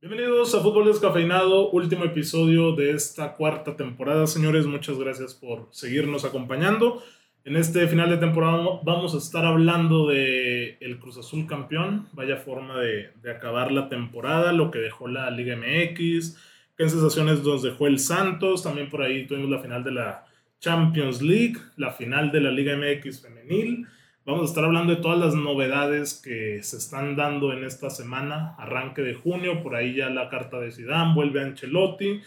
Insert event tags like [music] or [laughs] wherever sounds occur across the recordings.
Bienvenidos a Fútbol Descafeinado, último episodio de esta cuarta temporada, señores. Muchas gracias por seguirnos acompañando. En este final de temporada vamos a estar hablando de el Cruz Azul campeón. Vaya forma de, de acabar la temporada, lo que dejó la Liga MX, qué sensaciones nos dejó el Santos. También por ahí tuvimos la final de la Champions League, la final de la Liga MX femenil. Vamos a estar hablando de todas las novedades que se están dando en esta semana, arranque de junio, por ahí ya la carta de Zidane, vuelve Ancelotti,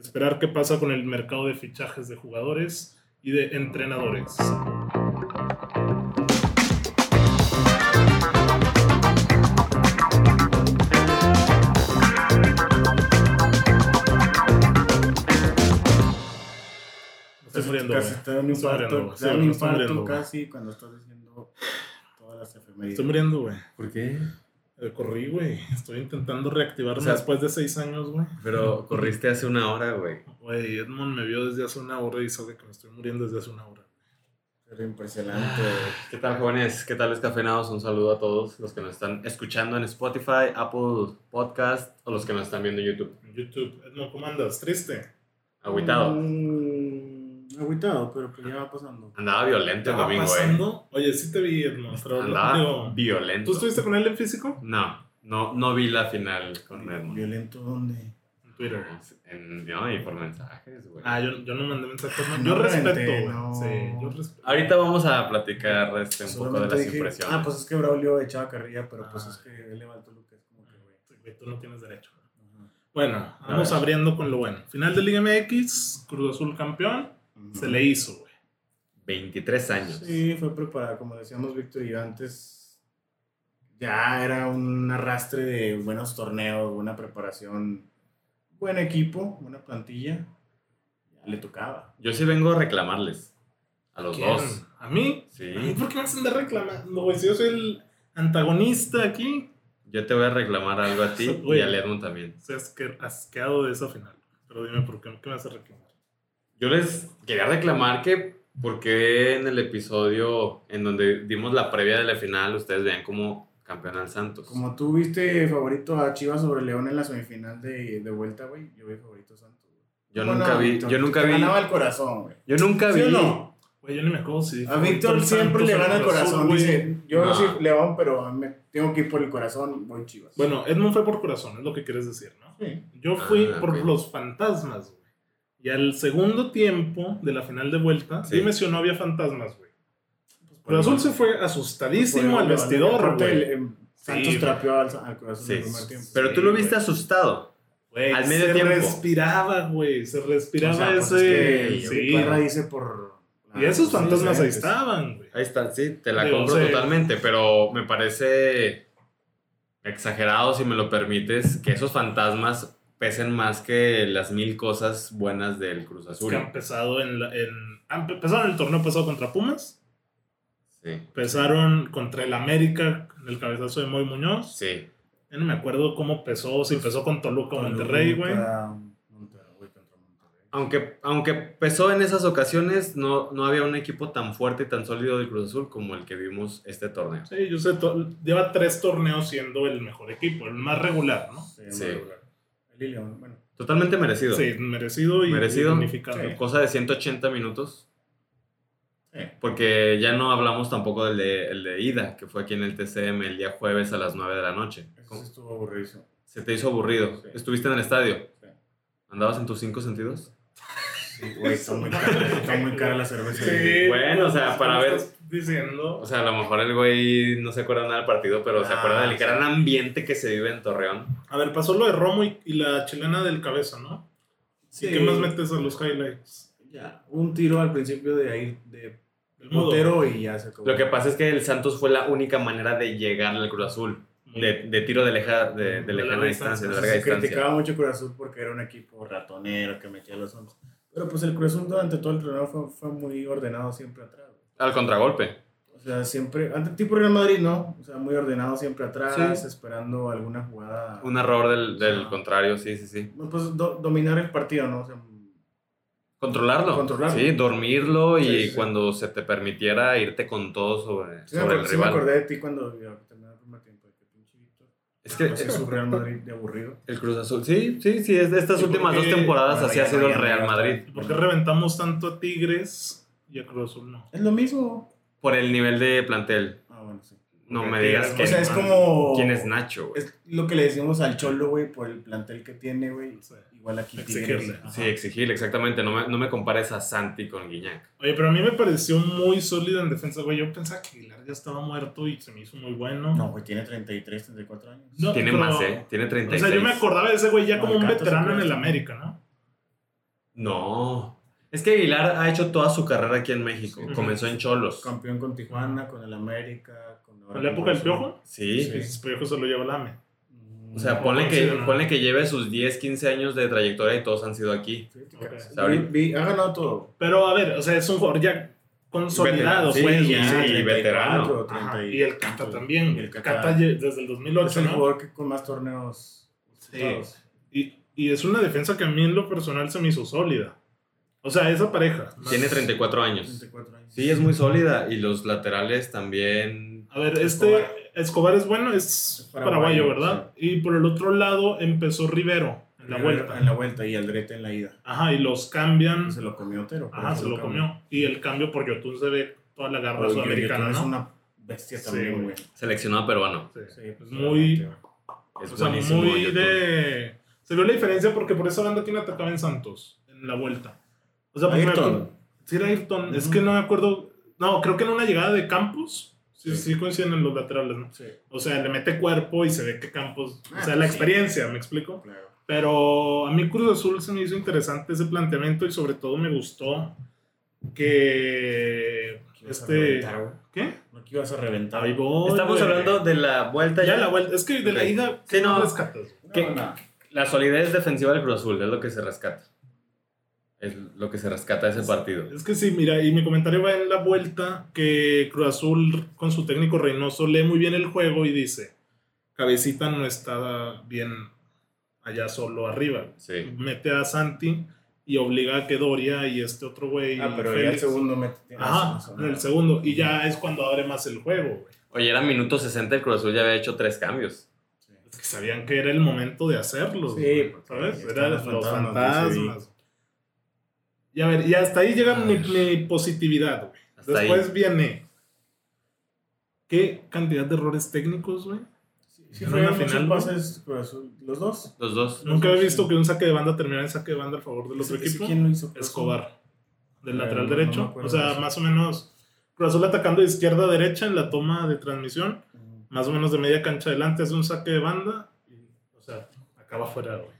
esperar qué pasa con el mercado de fichajes de jugadores y de entrenadores. Estoy muriendo, Casi güey. te da un Estoy infarto, muriendo, te da un güey. Estoy infarto muriendo, güey. casi cuando estás diciendo todas las efemérides. Estoy muriendo, güey. ¿Por qué? Eh, Corrí, güey. Estoy intentando reactivarme O sea, después de seis años, güey. Pero corriste hace una hora, güey. Güey, Edmond me vio desde hace una hora y sabe que me estoy muriendo desde hace una hora. Pero impresionante. ¿Qué tal, jóvenes? ¿Qué tal, descafeinados? Un saludo a todos los que nos están escuchando en Spotify, Apple Podcast o los que nos están viendo en YouTube. En YouTube, Edmond, ¿cómo andas? ¿Triste? Agüitado. Mm, agüitado, pero pues ya va pasando. Andaba violento el ¿Estaba domingo, eh. pasando? Oye, sí te vi, Edmond. pero Andaba digo, violento. ¿Tú estuviste con él en físico? No, no, no vi la final con Edmond. Violento donde. En Twitter. En- No, y por mensajes, güey. Ah, yo, yo no mandé mensajes. No yo me respeto, aventé, güey. no. Sí, yo respeto. Ahorita vamos a platicar este, un poco de Solamente las dije, impresiones. Ah, pues es que Braulio echaba carrilla, pero pues Ah. es que él le va al Toluca. Es como que, güey. Güey, Tú no tienes derecho. ajá. Bueno, A vamos ver. abriendo con lo bueno. Final de Liga MX, Cruz Azul campeón. Se le hizo, güey. 23 años. Sí, fue preparada, como decíamos Víctor y yo antes, ya era un arrastre de buenos torneos, buena preparación, buen equipo, buena plantilla, ya le tocaba. Yo sí vengo a reclamarles. A los ¿Quién? Ah, dos. ¿A mí? Sí. ¿A mí por qué me vas a andar reclamando, güey? Si yo soy el antagonista aquí, Yo te voy a reclamar [laughs] algo a ti Güey. y a Edmond también. Estoy asque- asqueado de esa final. Pero dime por qué, ¿qué me hace reclamar? Yo les quería reclamar que porque en el episodio en donde dimos la previa de la final ustedes vean como campeón al Santos. Como tú viste favorito a Chivas sobre León en la semifinal de, de vuelta, güey, yo vi favorito a Santos. güey. Yo ¿Cómo nunca no, vi, Víctor? yo nunca Te vi, ganaba el corazón, güey. yo nunca ¿Sí o vi. no? Güey, yo ni me acuerdo si. A Víctor siempre le gana el corazón, dice, yo No. soy León, pero a mí me tengo que ir por el corazón, voy Chivas. Bueno, Edmund fue por corazón, es lo que quieres decir, ¿no? Sí. Yo fui Ah, por ok. los fantasmas, güey. Y al segundo tiempo de la final de vuelta, Sí. dime si no había fantasmas, güey. pues, Pero Azul se fue asustadísimo Fue- al vestidor, aparte, güey. el- em, Santos Sí, trapeó al, al corazón Sí. en el primer tiempo. Pero tú Sí, lo viste güey. asustado. Güey, al medio se tiempo. respiraba, güey. Se respiraba O sea, pues ese. es que sí. Parra dice por... Ah, Y esos Sí, fantasmas ahí sí, estaban, güey. Ahí está, sí, te la Digo, compro sí. totalmente, pero me parece exagerado si me lo permites que esos fantasmas pesen más que las mil cosas buenas del Cruz Azul. que han pesado en, la- en- han pe- pesaron el torneo pasado contra Pumas, Sí. pesaron contra el América en el cabezazo de Moy Muñoz. Sí. Ya no me acuerdo cómo pesó, si pesó con Toluca o Pues, Toluca, Monterrey, güey. Monterrey, güey, contra Monterrey. Aunque, aunque pesó en esas ocasiones, no, no había un equipo tan fuerte y tan sólido del Cruz Azul como el que vimos este torneo. Sí, yo sé, to- lleva tres torneos siendo el mejor equipo, el más regular, ¿no? Sí, Sí. muy regular. El y León, bueno. Totalmente merecido. Sí, merecido y Merecido. y unificado. Sí. Cosa de 180 minutos, Eh, porque ya no hablamos tampoco del de, el de ida, que fue aquí en el TCM el día jueves a las 9 de la noche. eso ¿Cómo? sí estuvo aburrido. Se te hizo aburrido. Sí. Estuviste en el estadio. Sí. ¿Andabas en tus cinco sentidos? Sí, güey, está muy cara, está muy cara la cerveza. Sí, Bueno, o sea, para ¿cómo ver- estás Diciendo. O sea, a lo mejor el güey no se acuerda nada del partido, pero se Ah, acuerda del sí. gran ambiente que se vive en Torreón. A ver, pasó lo de Romo y, y la chilena del cabeza, ¿no? ¿Y qué más metes a los highlights? Ya, un tiro al principio de ahí, de El mudo. Montero y ya se acabó. Lo que pasa es que el Santos fue la única manera de llegar al Cruz Azul. De, de tiro de, leja, de, De de lejana larga distancia. distancia, Entonces, de larga se distancia. criticaba mucho Cruz Azul porque era un equipo ratonero que metía los once. Pero pues el Cruz Azul durante todo el torneo fue, fue muy ordenado siempre atrás. güey. Al contragolpe. O sea, siempre, ante tipo Real Madrid, ¿no? O sea, muy ordenado siempre atrás, Sí. esperando alguna jugada. Un error del, del Ah. contrario, sí, sí, sí. No, Pues do- dominar el partido, ¿no? O sea, Controlarlo. Controlarlo. Sí, dormirlo y Sí, sí, sí. cuando se te permitiera irte con todo sobre, sí, me sobre acuerdo- el sí me rival. eh, acordé de ti cuando ya terminaba el primer tiempo. de que pinche Víctor, Es que Pues es un Real Madrid de [laughs] aburrido. el Cruz Azul, sí, sí, sí, es de estas Sí, últimas dos porque- temporadas Bueno, así ya ha no, sido el ya no, Real ya no. Madrid. ¿Por qué reventamos tanto a Tigres y a Cruz Azul? No. Es lo mismo. Por el nivel de plantel. Ah, bueno, sí. No Porque me digas Tigres que. O sea, es man, como. ¿Quién es Nacho, güey? Es lo que le decimos al Cholo, güey, por el plantel que tiene, güey. Sí. Igual aquí Exigirle. Tigres. Ajá. Sí, exigirle, exactamente. No me, no me compares a Santi con Guiñac. Oye, pero a mí me pareció muy sólido en defensa, güey. Yo pensaba que Aguilar ya estaba muerto y se me hizo muy bueno. No, güey, tiene 33, 34 años. No, Tiene pero- más, ¿eh? Tiene O 36. sea, yo me acordaba de ese güey ya No, como un Gato veterano en siempre el es- América, ¿no? No. Es que Aguilar ha hecho toda su carrera aquí en México. Sí. Comenzó en Cholos. Campeón con Tijuana, con el América, con. En la época del Piojo. Sí. Sí. El Piojo se lo lleva el AME. Mm, O sea, No, ponle que, coincido, ¿no? ponle que lleve sus 10, 15 años de trayectoria y todos han sido aquí. fíjate Ok. que- O sea, ahorita- Vi- vi- Ha ganado todo. Pero a ver, o sea, es un jugador ya consolidado, Sí, pues. ya. güey. sí, veterano. Ajá, Y el Cata también. Y el Cata, lle- desde el 2008, es el ¿no? jugador que con más torneos. disputados. Y, y es una defensa que a mí en lo personal se me hizo sólida. O sea, esa pareja. más- Tiene 34 Pues, años. 34 años. Sí, es muy sólida. Y los laterales también. A ver, este Escobar, Escobar. es bueno, es paraguayo, paraguayo, ¿verdad? Y por el otro lado empezó Rivero en la vuelta. En la vuelta y Aldrete en la ida. Ajá, y los cambian. Se lo comió Otero. pero Ajá, se lo comió. Y el cambio por Yotun se ve toda la garra Pero el sudamericana, Yotun ¿no? Es una bestia Sí, también, güey. güey. Seleccionado peruano. Sí. Sí, pues, Muy- realmente, güey. Es o sea, buenísimo. muy YouTube. de... Se vio la diferencia porque por esa banda, ¿quién atacaba en Santos? En la vuelta. O sea, porque me acuerdo- Ayrton. Sí, era Ayrton. Es Ujú. que no me acuerdo... No, creo que en una llegada de Campos... Sí, sí, Sí. coinciden en los laterales, ¿no? Sí, O sea, le mete cuerpo y se ve que Campos... o Ah, sea, la sí. experiencia, ¿me explico? claro. Pero a mí Cruz Azul se me hizo interesante ese planteamiento y sobre todo me gustó que Ibas a este reventar, güey. ¿qué? No que ibas a reventar. Ahí voy, Estamos güey. hablando de la vuelta. ya la vuelta, es que de la Ok. ida Sí, no. rescatas. No, ¿Qué- no. La solidez defensiva del Cruz Azul es lo que se rescata. Es lo que se rescata de ese partido. Es que sí, mira, y mi comentario va en la vuelta que Cruz Azul con su técnico Reynoso lee muy bien el juego y dice, "Cabecita no está bien allá solo arriba." Sí. Mete a Santi y obliga a que Doria y este otro güey Ah, pero ya el Félix- segundo mete. Ajá, en el segundo. Y ya es cuando abre más el juego, güey. Oye, era minuto 60, el Cruz Azul ya había hecho tres cambios. Es que sabían que era el momento de hacerlo, Sí, güey, porque ¿sabes? ya Eran los están los fantasmas, fantasmas. Y a ver, y hasta ahí llega A mi, ver. mi positividad, güey. Hasta Después ahí. viene. ¿Qué cantidad de errores técnicos, güey? Sí, En fue una muchos final, güey. pases, Cruz Azul. Los dos. Los dos. Nunca sí, he sí. visto que un saque de banda terminara en saque de banda a favor del ¿Ese- otro ese equipo. ¿Quién lo hizo? pues, Cruz Azul? Escobar, del Pero lateral no me derecho. o acuerdo de sea, eso. más o menos. Cruz Azul atacando de izquierda a derecha en la toma de transmisión. Ujú. más o menos de media cancha adelante, hace un saque de banda y, o sea, acaba fuera, güey.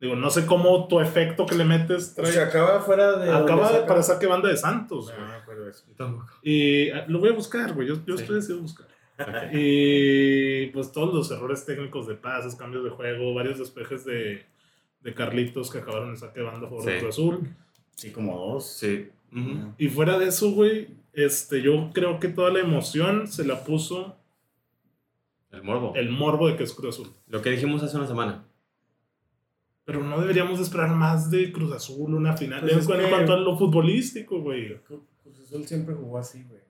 Digo, no sé cómo tu efecto que le metes trae. Se acaba fuera de. acaba donde de- saca- Ah, para saque de banda de Santos, No, güey. no me acuerdo de eso. Y ah, lo voy a buscar, güey. Yo, yo Sí. estoy decidido a buscar. Y pues todos los errores técnicos de pases, cambios de juego, varios despejes de, de Carlitos que acabaron en saque de banda a favor Sí. de Cruz Azul. Sí, como dos. Sí. Ujú. Y fuera de eso, güey, este, yo creo que toda la emoción se la puso El morbo. el morbo de que es Cruz Azul. Lo que dijimos hace una semana. Pero no deberíamos de esperar más de Cruz Azul, una final. Pues en es cuanto- en que- cuanto a lo futbolístico, güey. Cru- Cruz Azul siempre jugó así, güey.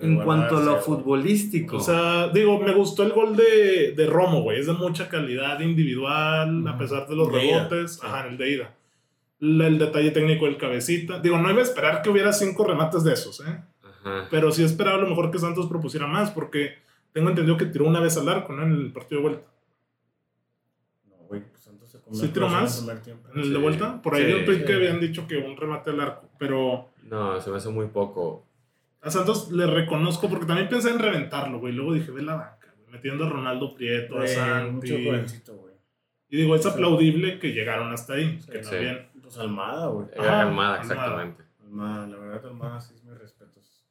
En cuanto a lo Guardarse, güey. futbolístico. O sea, digo, me gustó el gol de, de Romo, güey. Es de mucha calidad individual, Ujú. a pesar de los De ida. rebotes. Ajá, el de ida. La- el detalle técnico del cabecita. Digo, no iba a esperar que hubiera cinco remates de esos, ¿eh? Ajá. Pero sí esperaba a lo mejor que Santos propusiera más, porque tengo entendido que tiró una vez al arco, ¿no? En el partido de vuelta. No, güey, pues Santos se comió ¿Sí el tiró Cruz Azul más? en primer tiempo. En el de Sí. vuelta. Por ahí Sí. vi un tweet que habían dicho que un remate al arco. Pero No, se me hace muy poco. A Santos le reconozco porque también pensé en reventarlo, güey. Luego dije, ve la banca, güey. Metiendo a Ronaldo Prieto, a Güey, Eh, Mucho Santi. jovencito, güey. Y digo, es Sí. aplaudible que llegaron hasta ahí. Sí. que Sí. también. Pues Almada, güey. Era Ajá, Almada, Almada. exactamente. Almada, Pues la verdad, Almada sí es mis respetos.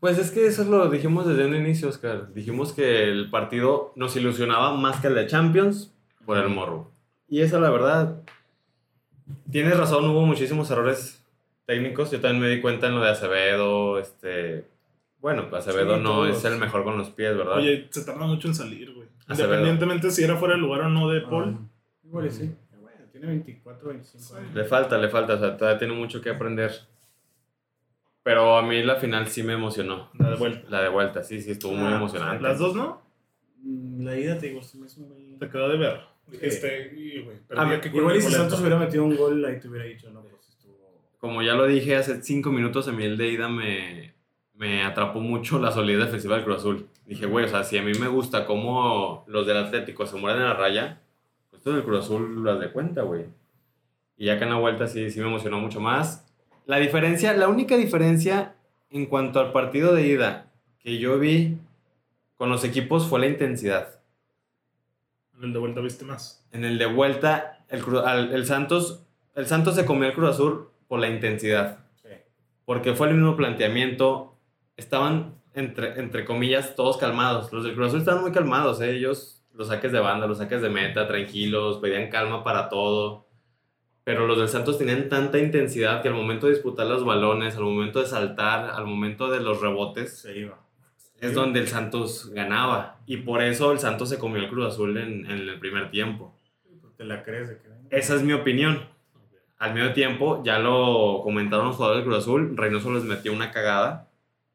Pues es que eso lo dijimos desde un inicio, Oscar. Dijimos que el partido nos ilusionaba más que el de Champions por el morro. Y esa la verdad. Tienes razón, hubo muchísimos errores técnicos. Yo también me di cuenta en lo de Acevedo, este. Bueno, pues Acevedo Sí, no todos. es el mejor con los pies, ¿verdad? Oye, se tarda mucho en salir, güey. Ah. Acevedo. Independientemente si era fuera de lugar o no de Paul. Ah, Igual y sí. Bueno, tiene 24, 25 años. Le falta, le falta, o sea, todavía tiene mucho que aprender. Pero a mí la final sí me emocionó. La de vuelta. La de vuelta, sí, sí, estuvo muy Ah, emocionante. Las dos, ¿no? mm, la ida, te digo, se me hizo muy... Te quedó de ver. Dijiste, "Y, güey, A perdí ver, aquí con Ah, igual el y si Santos boleto". hubiera metido un gol, ahí te hubiera dicho, no, pues estuvo... Como ya lo dije hace cinco minutos, a mí el de ida me, me atrapó mucho la solidez defensiva del Cruz Azul. Dije, güey, o sea, si a mí me gusta cómo los del Atlético se mueren en la raya, pues tú del Cruz Azul las de cuenta, güey. Y ya acá en la vuelta sí, sí me emocionó mucho más. La diferencia, la única diferencia en cuanto al partido de ida que yo vi con los equipos fue la intensidad. En el de vuelta viste más. En el de vuelta, el, Cru- al- el Santos, el Santos se comió al Cruz Azul por la intensidad. Sí. Porque fue el mismo planteamiento. Estaban, entre, entre comillas, todos calmados. Los del Cruz Azul estaban muy calmados. ¿eh? Ellos, los saques de banda, los saques de meta, tranquilos, pedían calma para todo. Pero los del Santos tenían tanta intensidad que al momento de disputar los balones, al momento de saltar, al momento de los rebotes, Se iba. es donde el Santos ganaba. Y por eso el Santos se comió al Cruz Azul en- en el primer tiempo. Pues, Te la crees de que... Esa es mi opinión. Al medio tiempo, ya lo comentaron los jugadores del Cruz Azul, Reynoso les metió una cagada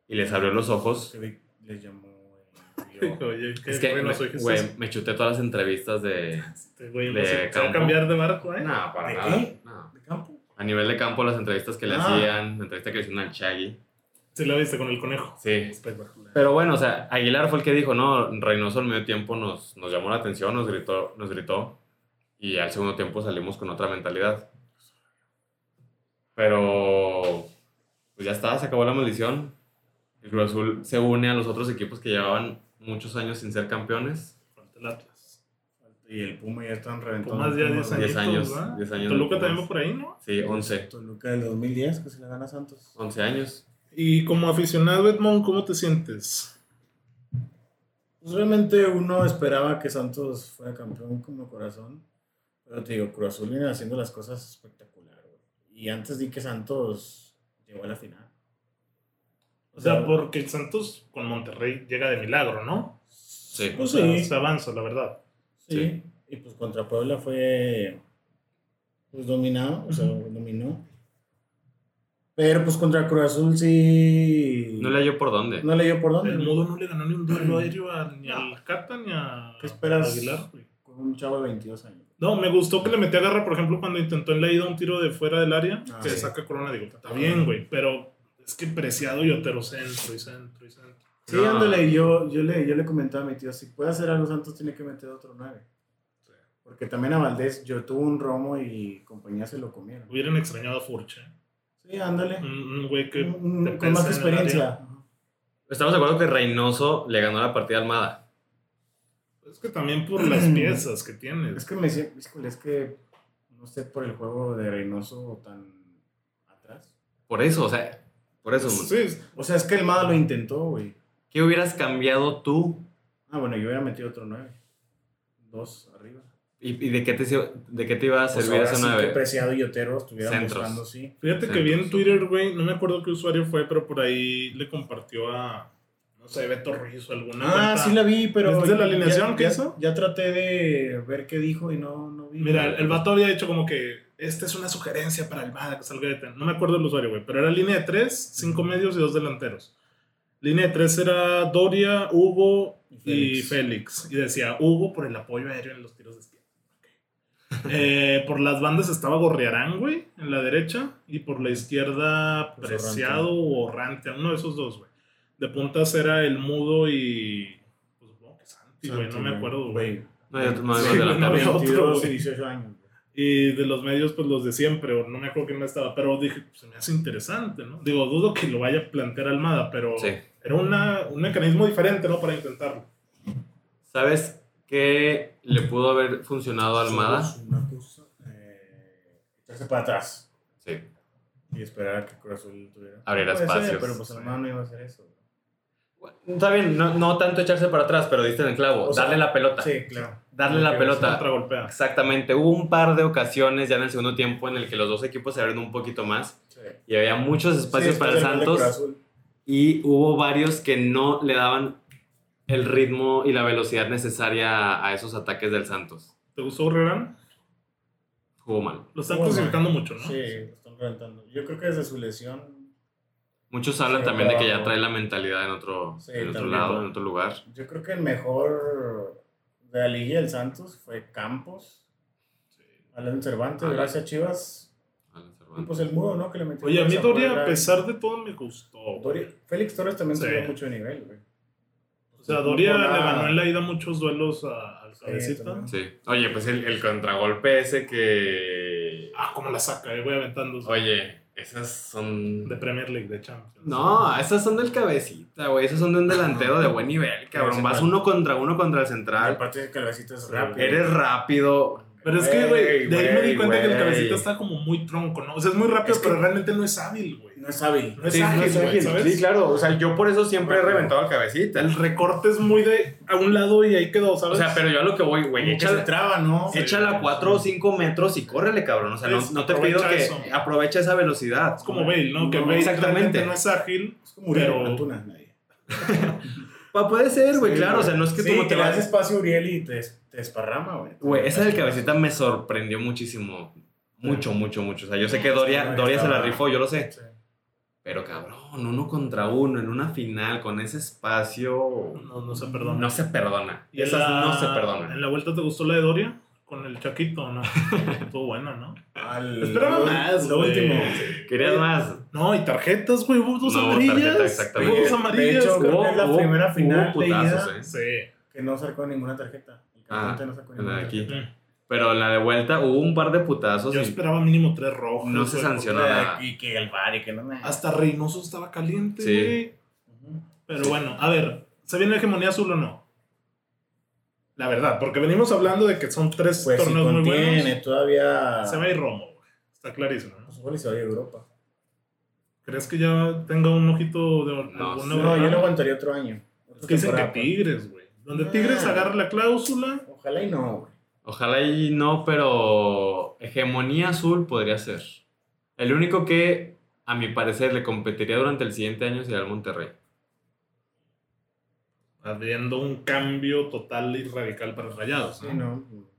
y les abrió los ojos. Se ve- le llamó... eh, [laughs] yo. Oye, qué Es que, bueno me- soy Jesús. güey, me chuté todas las entrevistas de... Este güey de no se- se va a campo. cambiar de barco, ¿eh? No, para ¿De nada. qué? no. ¿De campo? A nivel de campo, las entrevistas que le Ah. hacían, la entrevista que le hicieron al Chagui. Sí la viste con el conejo. Sí. Espectacular. Pero bueno, o sea, Aguilar fue el que dijo, no, Reynoso al medio tiempo nos, nos llamó la atención, nos gritó, nos gritó y al segundo tiempo salimos con otra mentalidad. Pero pues ya está, se acabó la maldición. El Cruz Azul se une a los otros equipos que llevaban muchos años sin ser campeones. Frente al Atlas. Y el Puma ya están reventando. Pumas ya Puma, 10 güey. años. 10 años, ¿verdad? 10 años. de Toluca también va Pumas. por ahí, ¿no? Sí, 11, Toluca del 2010, que se le gana a Santos. 11 años. Y como aficionado, Edmond, ¿cómo te sientes? Pues obviamente uno esperaba que Santos fuera campeón como corazón, pero te digo, Cruz Azul viene haciendo las cosas espectacular, güey. Y antes di que Santos llegó a la final. O sea, porque el Santos con Monterrey llega de milagro, ¿no? Sí. O Pues sea, sí. se avanza, la verdad. Sí. Sí. Y pues contra Puebla fue pues dominado, o sea, dominó. Pero pues contra Cruz Azul sí. No le hallo por dónde. no le dio por dónde. El modo no le ganó ni un duelo aéreo a- ni al Cata ni a ¿Qué esperas? Aguilar. güey. Con un chavo de 22 años. No, me gustó que le metí a garra, por ejemplo, cuando intentó en la ida un tiro de fuera del área, Ah, que sí. saca corona. Digo, está Ah. bien, güey, pero es que preciado y otero centro y centro y centro. Sí, No. ándale, yo, yo, le, yo le comentaba a mi tío, si puede hacer algo Santos tiene que meter otro 9. Porque también a Valdés, yo tuve un romo y compañía se lo comieron. Hubieran extrañado a Furche. ¿eh? Sí, ándale. Un- Un güey Mm, que. Un- te un- pesa en con más el área. experiencia. Estamos de acuerdo que Reynoso le ganó la partida a Almada. Es que también por [clears throat] las piezas que Es tienes. que me decía, híjole, es que no sé por el juego de Reynoso tan atrás. Por eso, o sea, por eso. Sí, es- O sea, es que el Mada lo intentó, güey. ¿Qué hubieras cambiado tú Ah, bueno, yo hubiera metido otro 9. Dos arriba. ¿Y, y de, qué te, se- de qué te iba a Pues servir ahora esa sí que nueve? Preciado y Otero estuvieran Centros. buscando, sí. Fíjate que Sí, vi en pues. Twitter, güey, no me acuerdo qué usuario fue, pero por ahí le compartió a, no sé, Beto Ruiz o alguna. Ah, cuenta. sí la vi, pero. ¿Viste la ya- alineación que ya- hizo? Ya traté de ver qué dijo y no, no vi. Mira, el- el vato había dicho como que esta es una sugerencia para Almada que salga de ten. No me acuerdo el usuario, güey, pero era línea de tres, cinco medios y dos delanteros. Línea de tres era Doria, Hugo y Félix. Félix. Y decía Hugo por el apoyo aéreo en los tiros de esquina. Ok. [laughs] Eh, por las bandas estaba Gorriarán, güey, en la derecha. Y por la izquierda, Pues Preciado o Orrante, uno de esos dos, güey. De puntas era el Mudo y. Pues supongo que Santi, güey, no me acuerdo, güey. No, hay otro- no hay Sí, más no delantero. había otro, 22 y güey. 18 años. güey. Y de los medios, pues los de siempre, o no me acuerdo quién más estaba, pero dije, pues, se me hace interesante, ¿no? Digo, dudo que lo vaya a plantear Almada, [laughs] pero Sí. era una, un mecanismo diferente, ¿no? Para intentarlo. ¿Sabes qué le pudo haber funcionado a Almada? Somos Una cosa, eh, echarse para atrás Sí. y esperar a que Cruz Azul tuviera. Abriera Puede ser, Ah, espacios. pero pues hermano no iba a hacer eso. güey. Está bien, no, no tanto echarse para atrás, pero diste en el clavo. O sea, darle la pelota. Sí, claro. Darle la Porque pelota. Contragolpea. Exactamente. Hubo un par de ocasiones ya en el segundo tiempo en el que los dos equipos se abrieron un poquito más Sí. y había muchos espacios Sí, para el después del gol de Cruz Santos Azul. y hubo varios que no le daban el ritmo y la velocidad necesaria a esos ataques del Santos. ¿Te gustó Herrera? Jugó mal. Lo están Bueno, clasificando mucho, ¿no? Sí, lo están reventando. Yo creo que desde su lesión Muchos hablan Sí, también de que ya claro. trae la mentalidad en otro, Sí, en otro también, lado, ¿no? en otro lugar. Yo creo que el mejor de la Liga del Santos fue Campos. Alan Cervantes, Ah, Alan. gracias Chivas. Alan Cervantes. Y pues el muro, ¿no? Que le metió. Oye, a mí Zamora Doria, era- a pesar de todo, me gustó. güey. Doria- Félix Torres también Sí. subió mucho de nivel, güey. O sea, Doria No, le nada. ganó en la ida muchos duelos a- al Sí, cabecita. también. Sí. Oye, pues el, el contragolpe ese que. Ah, cómo la saca, eh, voy aventando Oye, esas son. de Premier League, de Champions. No, esas son del cabecita, güey. Esas son de un delantero de buen [laughs] nivel, Sí, cabrón. sí, Vas claro. uno contra uno contra el central. Aparte de que el besito es eh, Sí. rápido. Eres rápido. Pero es que, güey, de ahí me di güey, cuenta que el güey. cabecita está como muy tronco, ¿no? O sea, es muy rápido, Es que- pero realmente no es hábil, güey. No es hábil. No es Sí, ágil, no es güey, ágil. ¿sabes? Sí, claro. O sea, yo por eso siempre he Bueno. reventado al cabecita. El recorte es muy de a un lado y ahí quedó, O ¿sabes? sea, pero yo a lo que voy, güey. Como que se Échala, traba, ¿no? Sí. échala 4 o 5 metros y córrele, cabrón. O sea, no, Es- no te pido aprovecha que eso. aprovecha esa velocidad. es como Bale, ¿no? Que No, Bale exactamente. realmente no es ágil. Es como Uriel, Pero- Antuna, nadie. Pa, puede ser, güey, Sí, claro. O sea, no es que sí, tú no te que le das vas. espacio a Uriel y te, te desparrama, güey. Güey, esa del cabecita me sorprendió muchísimo. Mucho, mucho, mucho. O sea, yo sé que Doria, Doria se la rifó, yo lo sé. Sí. Pero cabrón, uno contra uno en una final con ese espacio. No, no se perdona. No se perdona. Y en Esas la- no se ¿En perdonan. la vuelta te gustó la de Doria? Con el chaquito, [laughs] ¿no? Estuvo buena, ¿no? Al- Esperaba más, Lo güey. último. Querías más. No, y tarjetas, güey. Hubo dos No, amarillas. tarjeta, exactamente. Hubo dos De amarillas. hecho, cabrón. Creo que es la primera hubo final putazos, de eh. sí. Que no sacó ninguna tarjeta. El Ah, Campante no sacó en la ninguna de aquí. tarjeta. Pero en la de vuelta hubo un par de putazos. Yo y- esperaba mínimo tres rojos. No se güey, sancionó. porque nada. Y que el bar y que no me. Hasta Reynoso estaba caliente, Sí. güey. Pero bueno, a ver, ¿se viene hegemonía azul o no? La verdad, porque venimos hablando de que son tres Pues si torneos muy contiene buenos. todavía. Se va a ir Romo, güey. Está clarísimo, ¿no? Pues igual y se va a ir a Europa. ¿Crees que ya tenga un ojito de No, alguna No, yo verdad? lo aguantaría otro año. Es que dicen que Temporada. Tigres, güey. Donde Tigres Ah. agarra la cláusula. Ojalá y no, güey. Ojalá y no, pero hegemonía azul podría ser. El único que, a mi parecer, le competiría durante el siguiente año sería el Monterrey. Habiendo un cambio total y radical para Rayados, Sí, ¿no? no.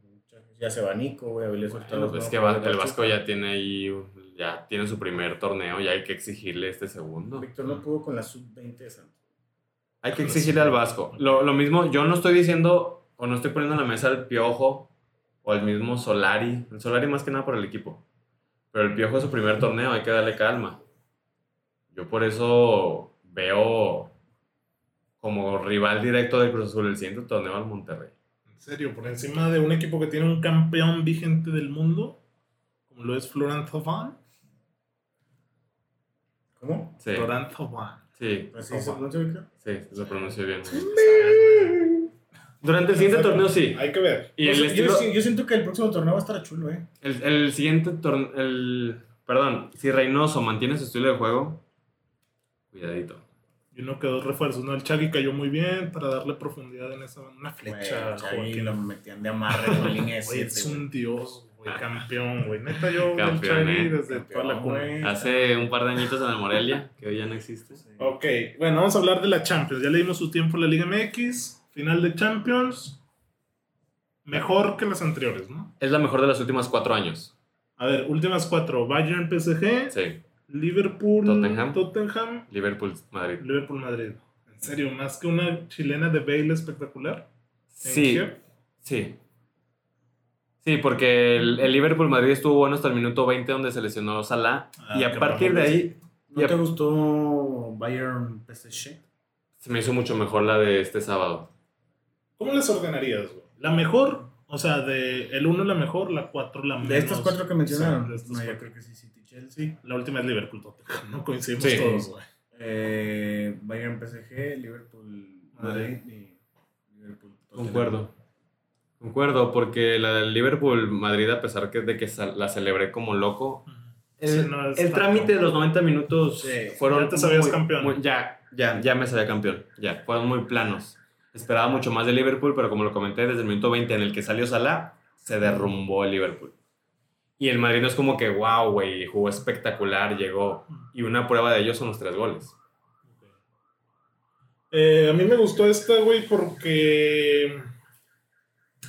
Ya se va Nico, güey. Avilés Hurtado, Bueno, pues no, es que va- el Pachuca. Vasco ya tiene ahí, un- ya tiene su primer torneo y hay que exigirle este segundo. Víctor no pudo con la sub-20 de Santos. Hay que exigirle al Vasco. Lo, lo mismo, yo no estoy diciendo o no estoy poniendo en la mesa al Piojo o al mismo Solari. El Solari más que nada por el equipo. Pero el Piojo es su primer torneo, hay que darle calma. Yo por eso veo como rival directo del Cruz Azul el siguiente torneo al Monterrey. En serio, por encima de un equipo que tiene un campeón vigente del mundo, como lo es Florent Thauvin. ¿Cómo? Sí, Florent Thauvin. sí, Pues sí, se pronuncia Víctor. sí, se pronunció bien. ¿Sabes, Pues, güey? Durante el siguiente torneo sí. Hay que ver. Y No el sé, yo, estilo, sí- yo siento que el próximo torneo va a estar chulo, eh. El, el siguiente torneo. El, perdón, si Reynoso mantiene su estilo de juego, cuidadito. Y uno quedó refuerzos, ¿no? El Chagui cayó muy bien para darle profundidad en esa una flecha. Güey, Xavi Joaquín. lo metían de amarre [laughs] con línea de Güey, siete, es güey. Ah. un dios, güey, campeón, güey. Neta, yo del Campeón, Chagui eh. desde toda la Campeón, cuna. güey. Hace un par de añitos en el Morelia, que hoy ya no existe. Sí. Ok, bueno, vamos a hablar de la Champions. Ya le dimos su tiempo a la Liga MX, final de Champions. Mejor que las anteriores, ¿no? Es la mejor de los últimos cuatro años. A ver, últimas cuatro. Bayern PSG, Sí, Liverpool, Tottenham. Tottenham, Liverpool, Madrid. Liverpool Madrid. En serio, más que una chilena de Bale espectacular. Thank Sí, you. sí. Sí, porque el, el Liverpool Madrid estuvo bueno hasta el minuto 20 donde se lesionó Salah. Ah, y a qué partir de raro. ahí ¿No Ya. te gustó Bayern PSG? se me hizo mucho mejor la de este sábado. ¿Cómo les ordenarías, güey? La mejor, o sea, de el 1 la mejor, la 4 la menos. De estas cuatro que mencionaron. Sí, de estas no, yo cuatro. creo que sí, City, Chelsea. La última es Liverpool Tottenham, no coincidimos Sí. todos, güey. Eh, Bayern PSG, Liverpool Madrid. Madrid y Liverpool. Tottenham. Concuerdo. Concuerdo, porque la del Liverpool Madrid, a pesar que- de que sal- la celebré como loco, El, Sí, no, es el tanto. trámite de los 90 minutos Sí, fueron. eh, ya te sabías muy- campeón. muy- ya, ya, ya me sabía campeón. Ya, fueron muy planos. Esperaba mucho más de Liverpool, pero como lo comenté, desde el minuto 20 en el que salió Salah, se derrumbó el Liverpool. Y el Madrid no es como que, wow, güey, jugó espectacular, llegó. Y una prueba de ello son los tres goles. Eh, a mí me gustó esta, güey, porque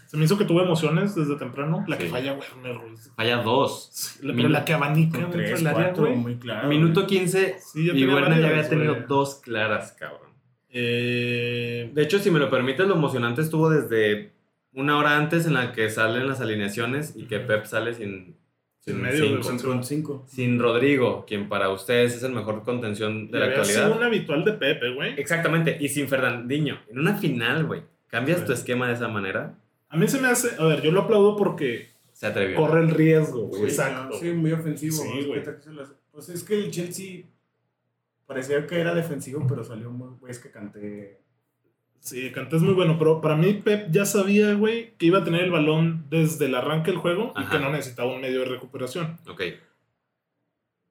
Se me hizo que tuve emociones desde temprano. La que Sí. falla, Werner. güey. Falla dos. Sí, la- pero la que Son abanica dentro tres, del área, cuatro, güey. muy claro. Minuto 15 Sí, yo y tenía Werner ya varias, había tenido güey. dos claras, cabrón. Eh, De hecho, si me lo permites, lo emocionante estuvo desde una hora antes en la que salen las alineaciones y que Pep sale sin, Sin sin, medio cinco. del güey. centro. Son cinco. sin Rodrigo, quien para ustedes es el mejor contención de y la había actualidad. sido un habitual de Pepe, güey. Exactamente, y sin Fernandinho. En una final, güey, cambias Sí. tu esquema de esa manera, A mí se me hace. A ver, yo lo aplaudo porque se atrevió. corre el riesgo, güey. Sí, Exacto. no, Sí, muy ofensivo. Sí, ¿no? Es güey. que se las- Pues es que el Chelsea parecía que era defensivo, pero salió muy. güey, Es que canté. Sí, Kanté es muy bueno, pero para mí Pep ya sabía, güey, que iba a tener el balón desde el arranque del juego y Ajá. que no necesitaba un medio de recuperación. Ok,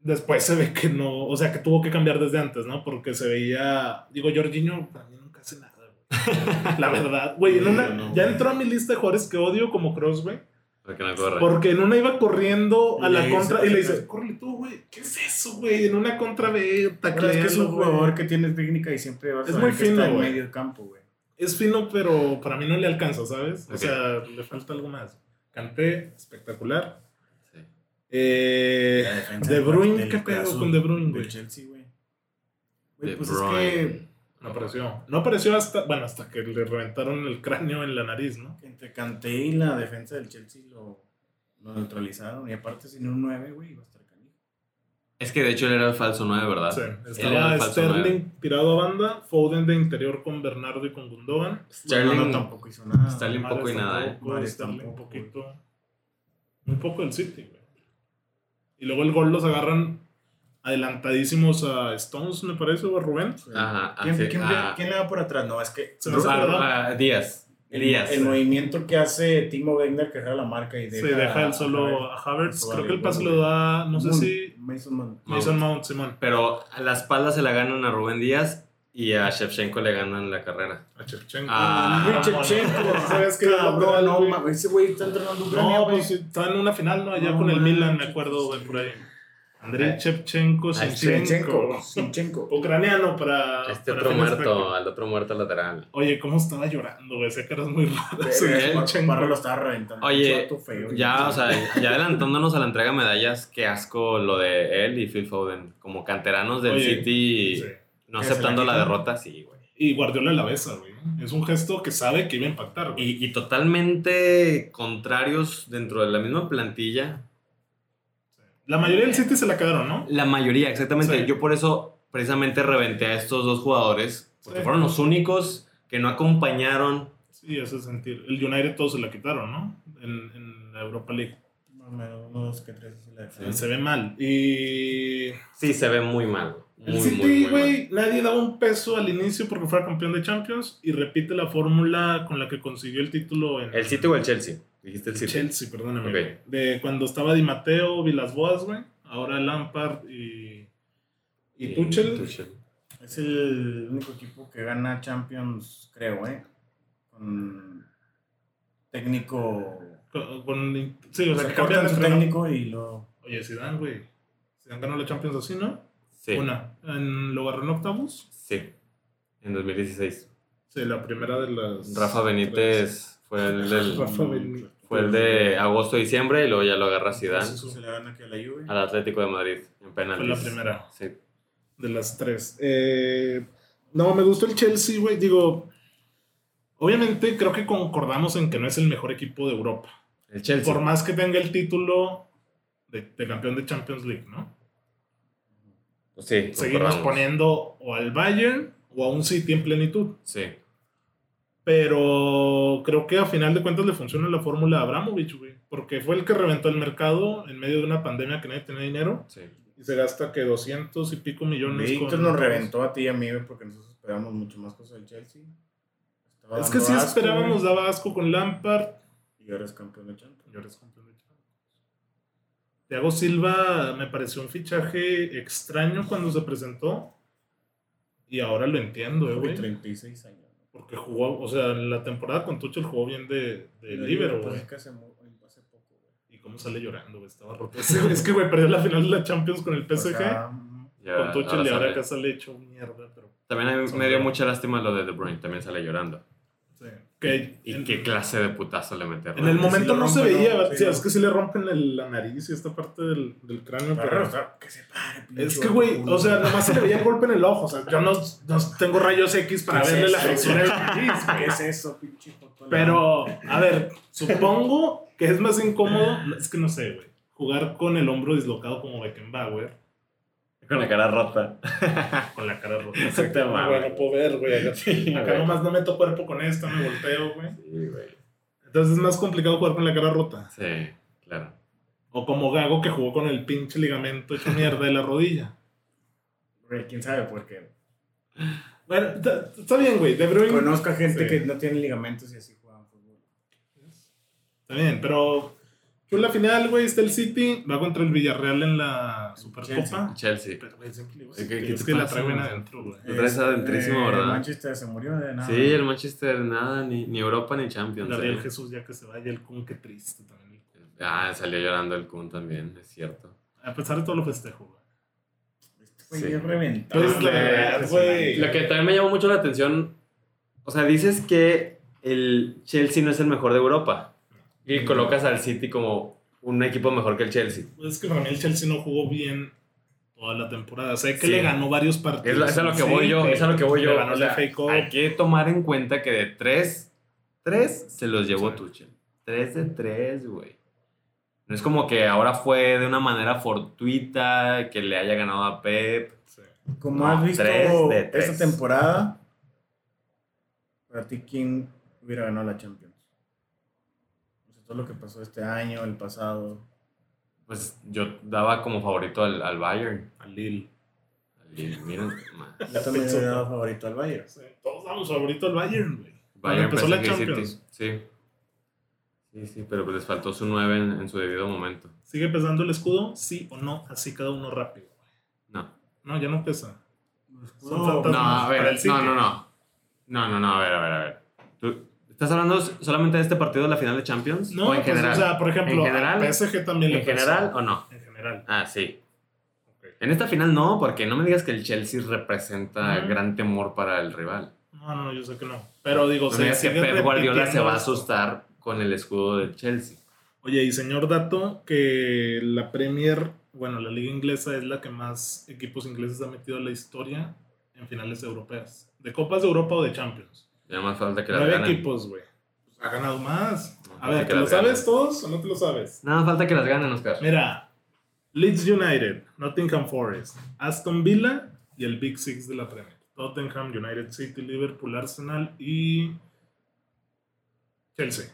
Después se ve que no, o sea, que tuvo que cambiar desde antes, ¿no? Porque se veía, digo, Jorginho para mí nunca hace nada, güey. La verdad, güey, en No, una, no, ya güey. entró a mi lista de jugadores que odio como Cross, güey. para que no corra. Porque en una iba corriendo a Y la ahí contra se- y le dice, córrele tú, güey, ¿qué es eso, güey? En una contra B, Bueno, taclealo, es que es un jugador güey. que tiene técnica y siempre va a Es saber muy que fino, está en güey. medio campo, güey. Es fino, pero para mí no le alcanza, ¿sabes? O Ok. sea, le falta algo más. Canté, espectacular. Sí. Eh, La defensa de del- Bruyne, del ¿qué pedo Cruz con De Bruyne, del güey? Chelsea, güey. De Güey, pues es que Bruyne. No apareció. No apareció hasta, bueno, hasta que le reventaron el cráneo en la nariz, ¿no? Entre Kanté y la defensa del Chelsea lo, lo neutralizaron. Y aparte, sin un 9, güey, iba a estar canijo. Es que de hecho él era el falso 9, ¿verdad? Sí, Él era estaba Ah, el falso nueve. Sterling tirado a banda, Foden de interior con Bernardo y con Gundogan. Sterling, Bueno, no, tampoco hizo nada. Sterling poco Mahrez y nada, tampoco, ¿eh? Mahrez Sterling un tampoco, güey. poquito. Un poco del City, güey. Y luego el gol los agarran adelantadísimos a Stones, me parece, o a Rubén. Sí. Ajá, ¿Quién, así, quién- ah. quién le va por atrás? No, es que Se me hace Ah, ¿verdad? ah, Díaz. el, Díaz. el movimiento que hace Timo Wegner, que era la marca y Se deja, deja el a solo ver, a Havertz. Eso Creo vale, que el pase güey. lo da, no sé Mount- si Mason Mount. Mason Mount, Simón. Pero a la espalda se la ganan a Rubén Díaz y a Shevchenko le ganan la carrera. A Shevchenko. Ah, Muy Luis Shevchenko, [laughs] ¿sabes qué? Cabrón, no, ma- ese güey está entrenando Ucrania, No, güey. pues está en una final, ¿no? Allá No, con el man. Milan, me acuerdo, güey, por ahí. Andrei Ah, Shevchenko, ah, Shevchenko. Sinchenko. Ucraniano para. Este para otro fines prácticos. muerto, al otro muerto lateral. Oye, ¿cómo estaba llorando, güey? Esa cara es muy rara. Sí, ese eh, Shevchenko. Parra lo estaba reventando. Oye, Chato feo, Ya, o sea, ya adelantándonos a la entrega de medallas, qué asco lo de él y Phil Foden. Como canteranos del Oye, City, Sí. no Que se la aceptando la, quitan. derrota, sí, güey. Y Guardiola la besa, güey. Es un gesto que sabe que iba a impactar, güey. Y, y totalmente contrarios dentro de la misma plantilla. La mayoría del City se la quedaron, ¿no? La mayoría, exactamente. Sí. Yo por eso precisamente reventé a estos dos jugadores, porque Sí. fueron los únicos que no acompañaron Sí, ese sentir. El United todos se la quitaron, ¿no? En, en la Europa League. Más o menos, uno, dos, que tres, así la defensa. Se ve mal. Y. Sí, se ve muy mal. El Muy, muy, City, muy mal. güey, nadie daba un peso al inicio porque fuera campeón de Champions y repite la fórmula con la que consiguió el título en ¿El City o el Chelsea? Dijiste el City. Chelsea, perdóname. Ok. güey. De cuando estaba Di Matteo, Vilas-Boas, güey. Ahora Lampard y. Y, Tuchel. Es el único equipo que gana Champions, creo, ¿eh? Con técnico. Con, con- sí, o sea, que cambian cortan de su entrenador. técnico y lo. Oye, Zidane, güey. Zidane ganó la Champions así, ¿no? Sí. Una. En, lo agarró en octavos. Sí. En 2016. Sí, la primera de las. Rafa Benítez fue el, del- Pues, Rafa Benítez. fue el de agosto-diciembre y luego ya lo agarra Zidane Eso se le gana que a la Juve. al Atlético de Madrid Fue en penaltis. la primera. Sí. De las tres. Eh, no, me gustó el Chelsea, güey. Digo, obviamente creo que concordamos en que no es el mejor equipo de Europa. El Chelsea. Por más que tenga el título de, de campeón de Champions League, ¿no? Sí. Seguimos concordamos. poniendo o al Bayern o a un City en plenitud. Sí. Pero creo que a final de cuentas le funciona la fórmula a Abramovich, güey. Porque fue el que reventó el mercado en medio de una pandemia que nadie tenía dinero Sí. y se gasta que 200 y pico millones. Víctor con- nos reventó a ti y a mí, güey, porque nosotros esperábamos mucho más cosas del Chelsea. Estaba Es que dando sí asco, esperábamos, güey, daba asco con Lampard. Y ahora es campeón de Champions. Yo eres campeón de Champions. Thiago Silva me pareció un fichaje extraño cuando se presentó. Y ahora lo entiendo, eh, Güey, güey. 36 años. ¿no? Porque jugó, o sea, en la temporada con Tuchel jugó bien de, de La libero, Juve, pues, güey. es que hace mu- hace poco, güey. Y cómo sale llorando, güey. Estaba roto. [laughs] Es, es que, güey, perdió la final de la Champions con el O PSG. sea, mm, Ya, con Tuchel ahora y ahora sale. acá sale hecho mierda, pero. También a mí me dio mucha lástima lo de De Bruyne, también sale llorando. sí. Que ¿Y en, qué clase de putazo le metieron? en el Si lo momento no se rompen, veía, no, o sí, sea, no. es que sí le rompen el- la nariz y esta parte del, del cráneo, Para pero... arrastrar, que se pare, Es pinche que, güey, culo. o sea, nada más se le veía el golpe en el ojo. O sea, yo no, no tengo rayos X para ¿Qué es verle la eso, fractura güey? de la nariz, güey. ¿Qué [laughs] es eso, pinche fotolero? Pero, a ver, supongo que es más incómodo. Es que no sé, güey. Jugar con el hombro dislocado como Beckenbauer, Con la cara rota. con la cara [laughs] rota. Exactamente. Ah, Güey, no puedo ver, güey. Acá- Sí, Acá güey. nomás no meto cuerpo con esta, me volteo, güey. Sí, güey. Entonces es más complicado jugar con la cara rota. Sí, claro. O como Gago que jugó con el pinche ligamento hecho mierda de la rodilla. pues, Güey, quién sabe por qué. Bueno, está está bien, güey. De Bruyne. Conozco a Sí. gente que no tiene ligamentos y así juegan fútbol. Está bien, pero. Chula final, güey. Está el City. Va contra el Villarreal en la Supercopa. Chelsea. Pero, güey, siempre le digo, ¿Qué- qué es te que la pasa, traen güey? adentro, güey. Lo traes Este, adentrísimo, ¿verdad? Manchester se murió de nada. Sí, el Manchester nada, ni, ni Europa ni Champions. Gabriel eh. Jesús ya que se vaya, el Kun, qué triste también. Ah, salió llorando el Kun también, es cierto. A pesar de todo lo festejo, güey. Este güey Sí. es reventado. Pues, la verdad, güey. Lo que también me llamó mucho la atención, o sea, dices que el Chelsea no es el mejor de Europa y colocas al City como un equipo mejor que el Chelsea. Pues Es que para mí el Chelsea no jugó bien toda la temporada. Sé que Sí. le ganó varios partidos. Es, lo- es a lo que Sí, voy yo, le- es a lo que voy yo. Le ganó O el sea, FA Cup. hay que tomar en cuenta que de tres, tres se los llevó Sí. Tuchel. Tres de tres, güey. No es como que ahora fue de una manera fortuita que le haya ganado a Pep. Sí. Como No, has visto tres de tres. esta temporada, para ti, ¿quién hubiera ganado la Champions? O sea, todo lo que pasó este año, el pasado. Pues yo daba como favorito al, al Bayern. Al Lille. Y miren, ma, Yo también le he dado favorito al Bayern. Sí, Todos damos favorito al Bayern, güey. [laughs] Bayern empezó la pensé que Champions. City, Sí. Sí, sí, pero pues les faltó su 9 en, en su debido momento. ¿Sigue pesando el escudo? Sí o no. Así cada uno rápido. güey. No. No, ya no pesa. Son No, fantasmas. No, a Para ver, el City. no, no, no. No, no, no, a ver, a ver, a ver. ¿Tú estás hablando solamente de este partido de la final de Champions? No, ¿O en pues, general? o sea, por ejemplo, ¿En general? al PSG también le ¿En pesa. general o no? En general. Ah, sí. Ok. En esta final no, porque no me digas que el Chelsea representa Ujú. gran temor para el rival. No, no, yo sé que no. Pero digo, No me digas que sigue Pep Guardiola se repitiendo va a esto. asustar con el escudo del Chelsea. Oye, y señor dato, que la Premier, bueno, la liga inglesa es la que más equipos ingleses ha metido en la historia en finales europeas. De Copas de Europa o de Champions. Ya más falta que la Nueve ganen. equipos, güey. Pues ha ganado más. No, A no ver, sé ¿te que lo las ganen. sabes todos o no te lo sabes? Nada más falta que las ganen, Oscar. Mira, Leeds United, Nottingham Forest, Aston Villa y el Big Six de la Premier. Tottenham, United City, Liverpool, Arsenal y Chelsea.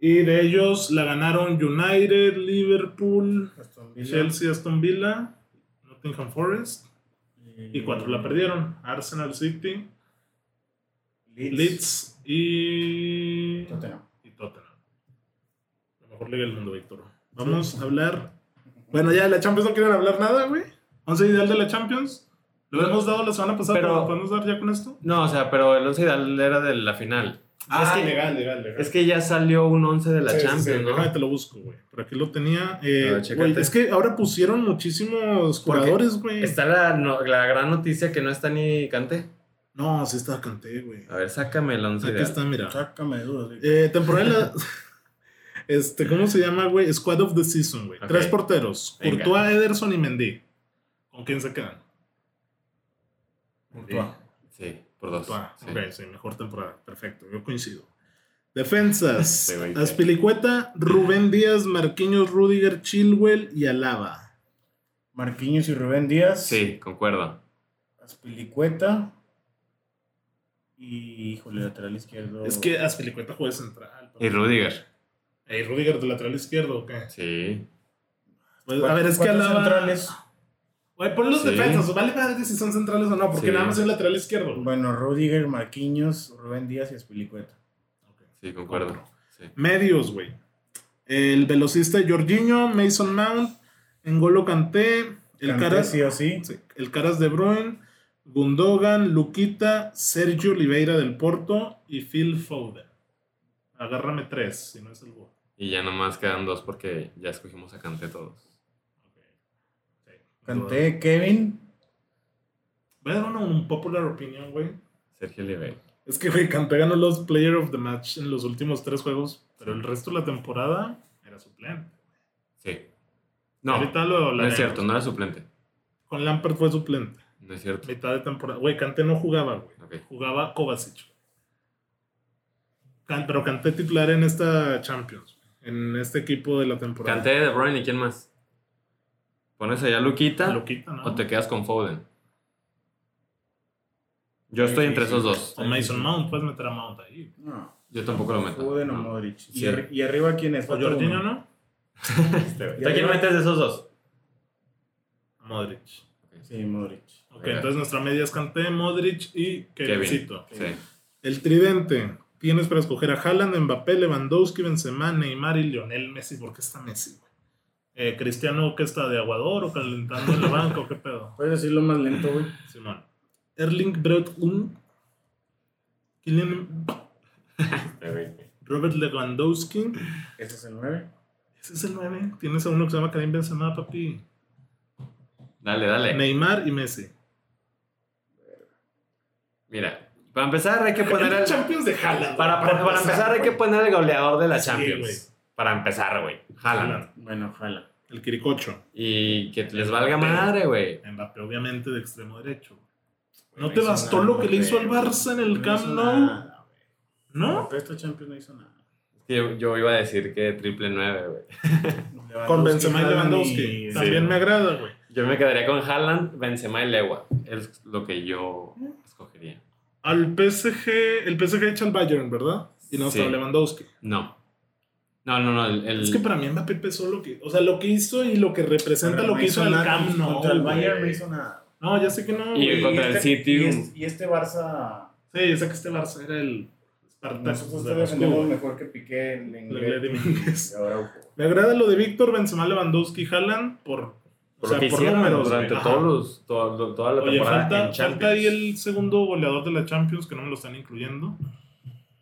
Y de ellos la ganaron United, Liverpool, Aston Villa Chelsea, Aston Villa, Nottingham Forest. Y, Y cuatro la perdieron. Arsenal City, Leeds. Leeds y Tottenham. y Tottenham. La mejor liga del mundo, Víctor. Vamos a hablar. Bueno, ya de la Champions no quieren hablar nada, güey. Once ideal de la Champions. Lo No. hemos dado la semana pasada, Pero- pero ¿lo podemos dar ya con esto? No, o sea, pero el 11 ideal era de la final. es, que, legal, legal, legal. es que ya salió un 11 de la Ah, Sí, sí, Champions, sí, ¿no? déjame te lo busco, güey. Por aquí lo tenía. Eh, A ver, chécate. güey, es que ahora pusieron muchísimos Porque jugadores, güey. Está la, no- la gran noticia que no está ni Kanté. No, sí está canté, güey. A ver, sácame el 11 Aquí ideal. está, mira. Sácame de dudas. güey. Eh, [laughs] temporada. este, ¿cómo se llama, güey? Squad of the Season, güey. Ok. Tres porteros: Venga. Courtois, Ederson y Mendy. ¿Con quién se quedan? Courtois. Sí, por dos. Courtois. Sí. Ok, sí, mejor temporada. Perfecto, yo coincido. [laughs] Defensas: Sí, güey. Aspilicueta, Rubén Díaz, Marquinhos, Rudiger, Chilwell y Alaba. Marquinhos y Rubén Díaz. Sí, concuerdo. Aspilicueta. Y, híjole, lateral izquierdo. Es que Aspilicueta juega central. Y Rudiger. Ey, Rudiger de lateral izquierdo, ¿o qué? Sí. Pues, a ver, es que Cuatro Alaba. centrales. Güey, pon los Sí. defensas. Vale madre si son centrales o no, porque Sí. nada más es lateral izquierdo. güey. Bueno, Rudiger, Marquinhos, Rubén Díaz y Aspilicueta. Sí, concuerdo. Sí. Medios, güey. El velocista Jorginho, Mason Mount, N'Golo Kanté, el Kanté Caras, sí o sí. sí, el Caras de Bruyne, Gundogan, Luquita, Sergio Oliveira del Porto y Phil Foden. Agárrame tres, si no es el gol. Y ya nomás quedan dos porque ya escogimos a Kanté todos. Ok. Sí. Canté Kevin. Voy a dar una un popular opinion, güey. Sergio Oliveira. Es que, güey, Kanté ganó los Player of the Match en los últimos tres juegos, pero el resto de la temporada era suplente. Sí. No, Ahorita lo no es hablaremos. cierto, no era suplente. Con Lampert fue suplente. No es cierto. Mitad de temporada. Güey, Kanté no jugaba, güey. Ok. Jugaba Kovacic. Can- pero Kanté titular en esta Champions. En este equipo de la temporada. Canté de Bruyne y quién más. ¿Pones allá Luquita Lo quita, ¿no? o te quedas con Foden? Yo Sí, estoy sí, entre sí. esos dos. O Mason Mount, puedes meter a Mount ahí. No. Yo tampoco lo meto. Foden o No. Modric. ¿Y, Sí. arri- y arriba quién es? O Falta Jorginho, uno. ¿no? Este, ¿Tú y a quién arriba- metes de esos dos? Modric. Sí, Modric. Ok, Venga. entonces nuestra media es Kanté, Modric y Kevincito. Sí. El tridente. Tienes para escoger a Haaland, Mbappé, Lewandowski, Benzema, Neymar y Lionel Messi. ¿Por qué está Messi, güey? Eh, Cristiano, ¿qué está? ¿De aguador o calentando en la banca o qué pedo? Puedes decirlo más lento, güey. Simón. Erling Braut Haaland, Kylian Este, Robert Lewandowski. Ese es el 9. Ese es el 9. Tienes a uno que se llama Karim Benzema, papi. Dale, dale. Neymar y Messi. Mira, para empezar hay que poner El el... Champions de Haaland. Para, para- para empezar hay que poner el goleador de la Sí, güey. Champions. Para empezar, güey. Jalan. Haaland. Bueno, ojalá. El Quiricocho. Y que les valga madre, güey. Mbappé, obviamente, de extremo derecho. Güey, ¿No te hizo bastó nada, lo que le hizo al güey. Barça en el No Camp hizo Nou? nada, güey. ¿No? Pero esta Champions no hizo nada. Yo, yo iba a decir que triple nueve, güey. Con Benzema y Haaland Lewandowski. y- También Sí. me agrada, güey. Yo me quedaría con Haaland, Benzema y Lewa. Es lo que yo escogería. Al PSG, el PSG echa al Bayern, ¿verdad? Y no está Sí. Lewandowski. No. No, no, no. El, el- Es que para mí Mbappé pesó lo que, o sea, lo que hizo y lo que representa Pero lo no que hizo en el nada Camp Nou. Contra el güey. Bayern no hizo nada. No, ya sé que no. Y güey. contra el City, Y un- este, y este Barça. Sí, ya sé que este Barça era el Spartacus Nosotros de te defendemos Moscú. mejor que Piqué en Inglés de Mínguez. inglés. Y [laughs] ahora ojo. Me agrada lo de Víctor Benzema, Lewandowski, y Haaland por, por lo que hicieron durante güey. todos Ajá. los, todo- toda la Oye, temporada falta, en falta Champions. ahí el segundo goleador de la Champions que no me lo están incluyendo.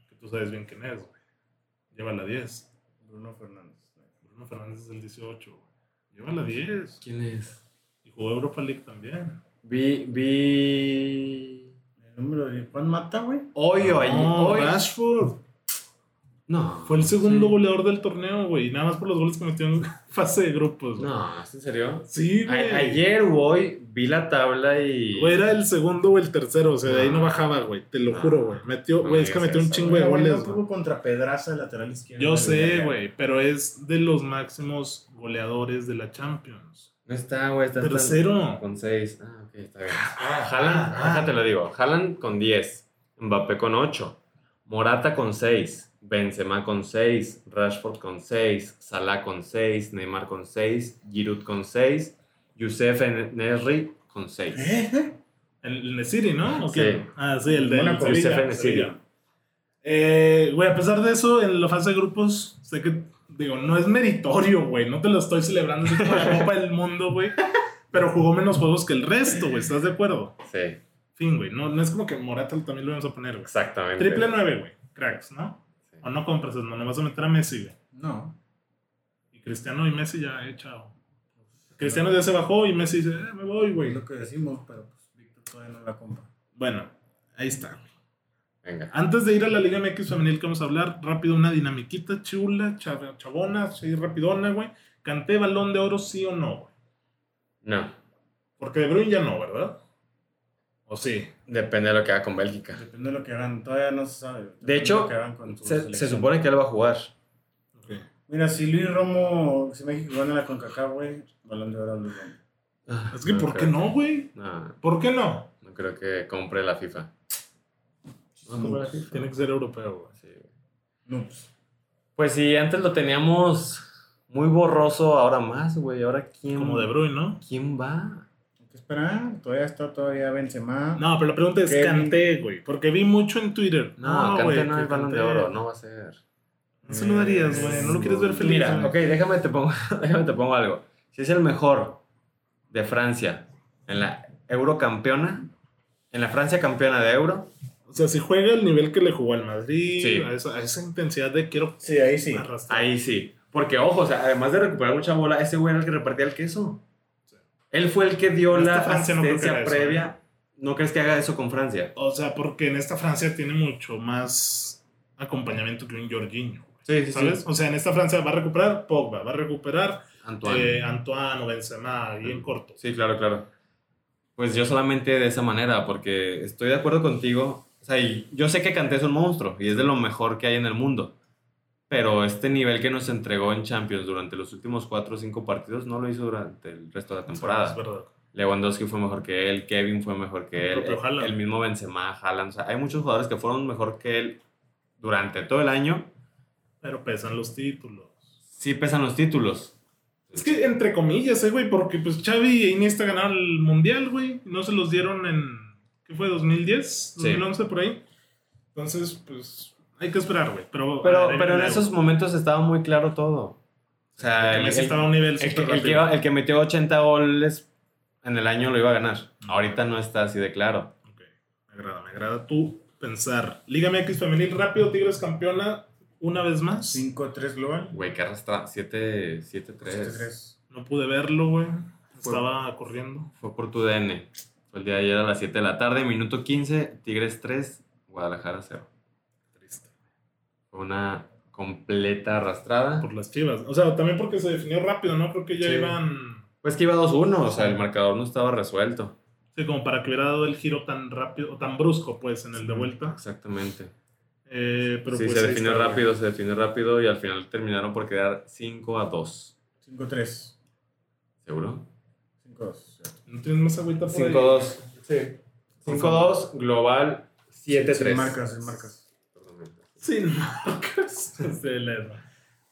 Que tú sabes bien quién es, güey. Lleva la 10. Bruno Fernández. Bruno Fernández es el 18, güey. Lleva la 10. ¿Quién es? Y jugó Europa League también. Vi... Vi... El número de Juan Mata, güey. Hoyo allí. No, hoy. Rashford. No. Fue el segundo Sí. goleador del torneo, güey. y Nada más por los goles que metió en [laughs] fase de grupos, güey. No, ¿es en serio? Sí, A- güey. ayer o hoy vi la tabla y... Güey, era el segundo o el tercero, o sea, de ahí no No. bajaba, güey. Te lo No. juro, güey. Metió, No güey, me es que digas metió un eso, chingo de goles, No güey. tuvo contra Pedraza, el lateral izquierdo. Yo del sé, Villarreal. güey, pero es de los máximos goleadores de la Champions. No está, güey. Está, está- Tercero. Con 6. Ah, ok, está bien. Haaland, déjate lo digo. Haaland con 10. Mbappé con 8. Morata con 6. Benzema con 6. Rashford con 6. Salah con 6. Neymar con 6. Giroud con 6. Youssef Nesri con 6. ¿Eh? El, el Nesiri, ¿no? ¿O Sí. quién? Ah, sí, el de Mónaco, Sevilla, Youssef Nesiri. Sevilla. Eh, güey, a pesar de eso, en la fase de grupos, sé que, digo, no es meritorio, güey. No te lo estoy celebrando es como la Copa del Mundo, güey. Pero jugó menos juegos que el resto, güey. ¿Estás de acuerdo? Sí, Fin, güey. No, no es como que Morata también lo vamos a poner, güey. exactamente. Triple nueve, güey. Cracks, ¿no? Sí. O no compras, no le vas a meter a Messi, güey. No. Y Cristiano y Messi ya, eh, chao. Cristiano ya se bajó y Messi dice, eh, me voy, Es güey. lo que decimos, pero pues Víctor todavía no la compra. Bueno, ahí está. Venga. Antes de ir a la Liga MX femenil que vamos a hablar, rápido una dinamiquita chula, chab- chabona, sí, rapidona, güey. Canté balón de oro, sí o no, güey. No, Porque De Bruyne ya no, ¿verdad? ¿O sí? depende de lo que haga con Bélgica. Depende de lo que hagan, todavía no se sabe. Depende De hecho, lo que hagan con su Se, se selección. supone que él va a jugar. Mira, si Luis Romo, si México gana la CONCACAF, güey, balón de oro a Luis Romo. Es que, ¿por qué creo no, güey? que- No, ¿Por qué no? no creo que compre la FIFA. Tiene que ser europeo, güey. Sí, güey. No, pues. Pues sí, antes lo teníamos muy borroso, ahora más, güey. Ahora quién. Como De Bruyne, ¿no? ¿Quién va? Hay que esperar. Todavía está todavía Benzema. No, pero la pregunta es Kevin. Canté, güey. Porque vi mucho en Twitter. No, Kanté güey, no que es balón de Kanté- oro, no va a ser. No se lo darías, güey. No lo quieres ver feliz. Mira, güey. ok, déjame te pongo, [laughs] déjame te pongo algo. Si es el mejor de Francia en la Eurocampeona, en la Francia campeona de Euro, O sea, si juega el nivel que le jugó al Madrid, Sí. a, esa, a esa intensidad de quiero Sí, ahí sí. arrastrar. ahí sí. Porque, ojo, o sea, además de recuperar mucha bola, ese güey era el que repartía el queso. Sí. Él fue el que dio En la esta Francia no creo que asistencia haga eso, ¿eh? previa. ¿No crees que haga eso con Francia? O sea, porque en esta Francia tiene mucho más acompañamiento que un Jorginho. güey. Sí, sí, ¿Sabes? sí. O sea, en esta Francia va a recuperar Pogba, va a recuperar Antoine. eh, Antoine o Benzema, bien Mm. corto. Sí, claro, claro. Pues yo solamente de esa manera, porque estoy de acuerdo contigo. O sea, y yo sé que Kanté es un monstruo y es de lo mejor que hay en el mundo. Pero este nivel que nos entregó en Champions durante los últimos cuatro o cinco partidos no lo hizo durante el resto de la Es temporada. verdad. Lewandowski fue mejor que él, Kevin fue mejor El que él, propio el, Haaland. el mismo Benzema, Haaland. O sea, hay muchos jugadores que fueron mejor que él durante todo el año. Pero pesan los títulos. Sí pesan los títulos. Es que entre comillas, eh, güey, porque pues Xavi e Iniesta ganaron el Mundial, güey. y No se los dieron en, ¿qué fue? ¿2010? Sí. ¿2011 por ahí? Entonces, pues hay que esperar, güey. Pero, Pero, a ver, pero en el- esos momentos estaba muy claro todo. O sea, el, Messi el- estaba a un nivel el que, súper el que rápido. iba- el que metió 80 goles en el año lo iba a ganar. Ahorita no está así de claro. Ok, me agrada, me agrada tú pensar. Liga MX femenil rápido, Tigres campeona una vez más. 5-3 global. Güey, que arrastra 7-3. 7-3. No pude verlo, güey. Fue- Estaba corriendo. Fue por tu DN. Fue el día de ayer a las 7 de la tarde, minuto 15, Tigres 3, Guadalajara 0. Triste. Fue una completa arrastrada. Por las chivas. O sea, también porque se definió rápido, ¿no? Creo que ya Sí. iban. Pues que iba 2-1, o sea, el marcador no estaba resuelto. Sí, como para que hubiera dado el giro tan rápido, o tan brusco, pues, en el de vuelta. Exactamente. Eh, pero sí, pues se ahí definió está, güey. rápido, se definió rápido y al final terminaron por quedar 5 a 2. 5-3. ¿Seguro? 5-2. ¿No tienes más agüita por ahí? 5-2. Sí. 5-2, global 7-3. Sin marcas, sin marcas. [laughs] Sin marcas. [laughs] Se les va.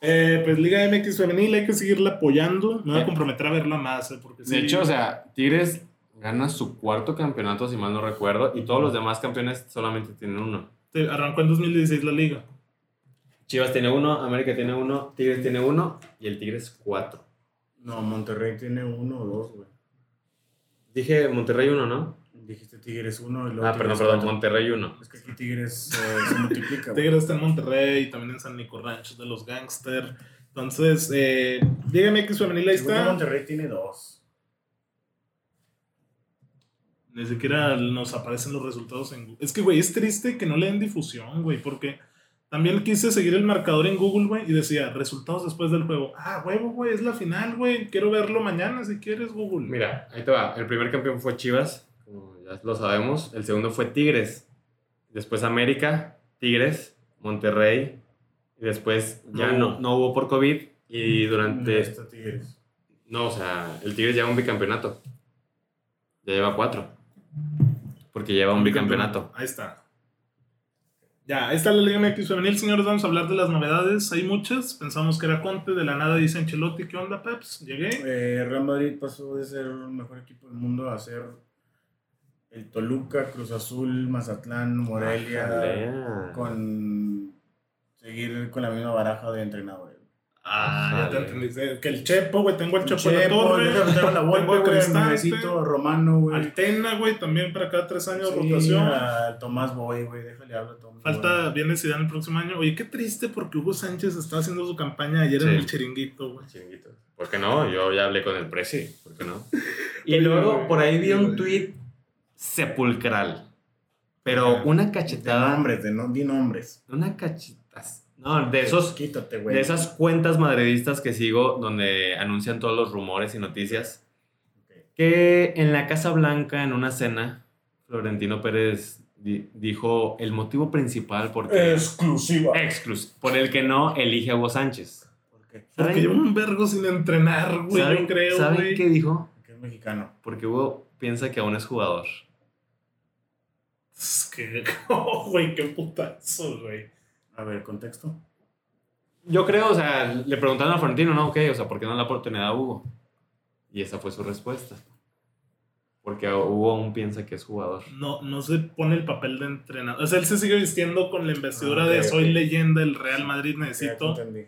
Eh, pues Liga MX femenil hay que seguirla apoyando. Me voy a Eh. comprometer a verla más, eh, porque sí. De hecho, o sea, Tigres gana su cuarto campeonato, si mal no recuerdo, y todos los demás campeones solamente tienen uno. Sí, arrancó en 2016 la liga. Chivas tiene uno, América tiene uno, Tigres tiene uno y el Tigres cuatro. No, Monterrey tiene uno o dos, güey. Dije Monterrey uno, ¿no? Dijiste Tigres uno y luego. Ah, perdón, Tigres perdón, cuatro. Monterrey uno. Es que aquí Tigres eh, se multiplica, [laughs] güey. Tigres está en Monterrey, también en San Nico Rancho de los Gangster. Entonces, eh, Liga MX femenil ahí Según yo, está. Monterrey tiene dos. Ni siquiera nos aparecen los resultados en Google. Es que, güey, es triste que no le den difusión, güey, porque también quise seguir el marcador en Google, güey, y decía resultados después del juego. Ah, huevo, güey, es la final, güey. Quiero verlo mañana si quieres, Google. Mira, ahí te va. El primer campeón fue Chivas, como ya lo sabemos. El segundo fue Tigres. Después América, Tigres, Monterrey. Y después ya No no, no hubo por COVID. Y No durante. este, está Tigres. No, o sea, el Tigres lleva un bicampeonato. Ya lleva cuatro. Porque lleva un bicampeonato. Ahí está. Ya, ahí está la Liga MX femenil, señores. Vamos a hablar de las novedades. Hay muchas. Pensamos que era Conte, de la nada dice Ancelotti, ¿qué onda, Peps? Llegué. Eh, Real Madrid pasó de ser el mejor equipo del mundo a ser el Toluca, Cruz Azul, Mazatlán, Morelia. Jalea. Ah, Con seguir con la misma baraja de entrenadores. Ah, ya te Jale. entendí. Eh, Que el Chepo, güey, tengo al Chepo en la Chepo, [laughs] torre. déjame meter a la Volpe, Tengo a güey, a Cristante. Mirecito, a Romano, güey. Altena, güey, también para cada tres años Sí, ah, rotación. a Tomás Boy, güey, déjale hablar a Tomás Falta, Boy. viene Zidane el próximo año. Oye, qué triste porque Hugo Sánchez está haciendo su campaña ayer en Sí. el chiringuito, güey. Chinguito. ¿Por qué no? Yo ya hablé con el Presi. ¿Por [laughs] qué no? Y Oye, luego güey. por ahí vi eh, un tuit sepulcral. Pero Ah, una De cachetada. nombres, de no, di nombres. Una cachetas. No, de esos. Quítate, güey. De esas cuentas madridistas que sigo donde anuncian todos los rumores y noticias. Ok. Que en la Casa Blanca, en una cena, Florentino Pérez di- dijo el motivo principal por, que- Exclusiva. Exclus- por el que no elige a Hugo Sánchez. ¿Por qué? Porque lleva un vergo sin entrenar, güey. ¿Saben- Yo creo, ¿saben güey. qué dijo? Porque es mexicano. Porque Hugo piensa que aún es jugador. Es que, [laughs] oh, güey, qué putazo, güey. A ver, contexto. Yo creo, o sea, le preguntaron a Florentino, ¿no? Ok, o sea, ¿por qué no la oportunidad a Hugo? Y esa fue su respuesta. Porque Hugo aún piensa que es jugador. No, no se pone el papel de entrenador. O sea, él se sigue vistiendo con la investidura Ah, ok, de soy ok. leyenda, el Real Madrid Ya te necesito. entendí.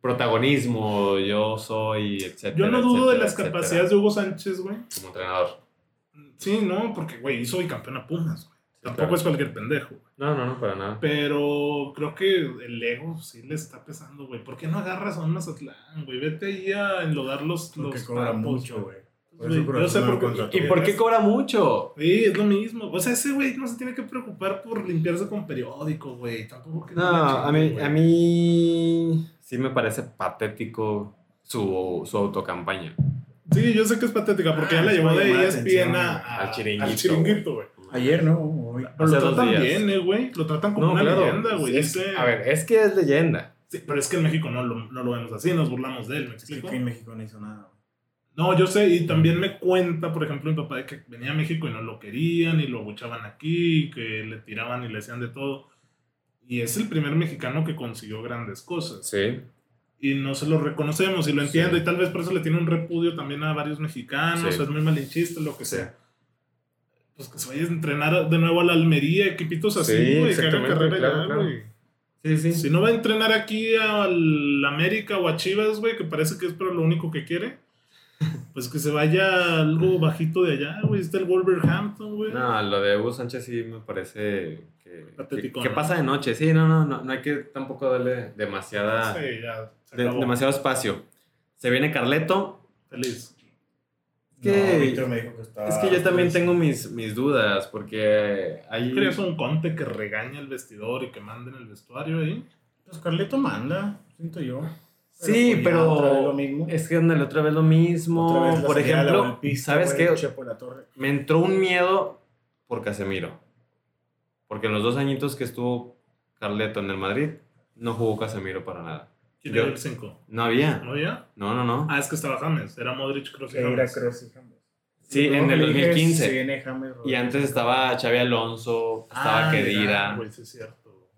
protagonismo, yo soy, etcétera. Yo no dudo de etcétera, las etcétera, capacidades de Hugo Sánchez, güey. Como entrenador. Sí, no, porque, güey, hizo bicampeón a Pumas, güey. Tampoco claro. es cualquier pendejo, güey. No, no, no, para nada. Pero creo que el ego sí le está pesando, güey. ¿Por qué no agarras a un Mazatlán, güey? Vete ahí a enlodar los, Porque los cobra trapos, mucho, güey. Por eso Güey, Cruz yo sé Azul no por lo qué- contrató. ¿Y por qué cobra mucho? Sí, es lo mismo. O sea, ese güey no se tiene que preocupar por limpiarse con periódico, güey. Tampoco que No, le chingue, a mí, güey. a mí sí me parece patético su, su autocampaña. Sí, yo sé que es patética porque Ah, ya la eso llevó me de E llamó la ESPN atención. a, a- Al chiringuito, Al chiringuito, güey. Ayer, ¿no? Hoy. Pero Hace lo dos tratan días. bien, eh, güey. Lo tratan como No, una claro. leyenda, güey. Es- Ese- a ver, es que es leyenda. Sí, pero es que en México no lo, no lo vemos así, nos burlamos de él, ¿me Es que explico? aquí en México no hizo nada. No, yo sé, y también me cuenta, por ejemplo, mi papá de que venía a México y no lo querían y lo abuchaban aquí, y que le tiraban y le hacían de todo. Y es el primer mexicano que consiguió grandes cosas. Sí. Y no se lo reconocemos y lo entiendo, Sí. y tal vez por eso le tiene un repudio también a varios mexicanos, Sí. es muy malinchista, lo que Sí. sea. Pues que se vaya a entrenar de nuevo a la Almería, equipitos así, Sí, güey, que hagan exactamente, carrera claro, ya, claro. güey. Sí, sí. Si no va a entrenar aquí al América o a Chivas, güey, que parece que es pero lo único que [laughs] quiere, pues que se vaya algo bajito de allá, güey. Está el Wolverhampton, güey. No, lo de Hugo Sánchez sí me parece que, Patético, que, que ¿no? pasa de noche. Sí, no, no, no, no hay que tampoco darle demasiada, Sí, ya, se de- acabó. demasiado espacio. Se viene Carleto. Feliz. que- No, Víctor me dijo que estaba. es que yo también tengo mis, mis dudas porque hay... ¿Crees un conte que regaña el vestidor y que manden el vestuario ahí? Pues Carleto manda, siento yo. Sí, pues, ya, otra vez pero lo mismo. es que ándale, otra vez lo mismo. Otra vez la por salida de la ejemplo, golpista, ¿sabes güey, qué? Chepo de la Torre. Me entró un miedo por Casemiro. Porque en los dos añitos que estuvo Carleto en el Madrid, no jugó Casemiro para nada. ¿Quién Yo- era el 5? No había. ¿No ya? No, no, no. Ah, es que estaba James. Era Modric, Kroos y Era James. Kroos y James. Sí, en el Rodríguez, 2015. se viene James Y Rodríguez. antes estaba Xavi Alonso, estaba Ah, mira, Kedira, güey, sí es cierto.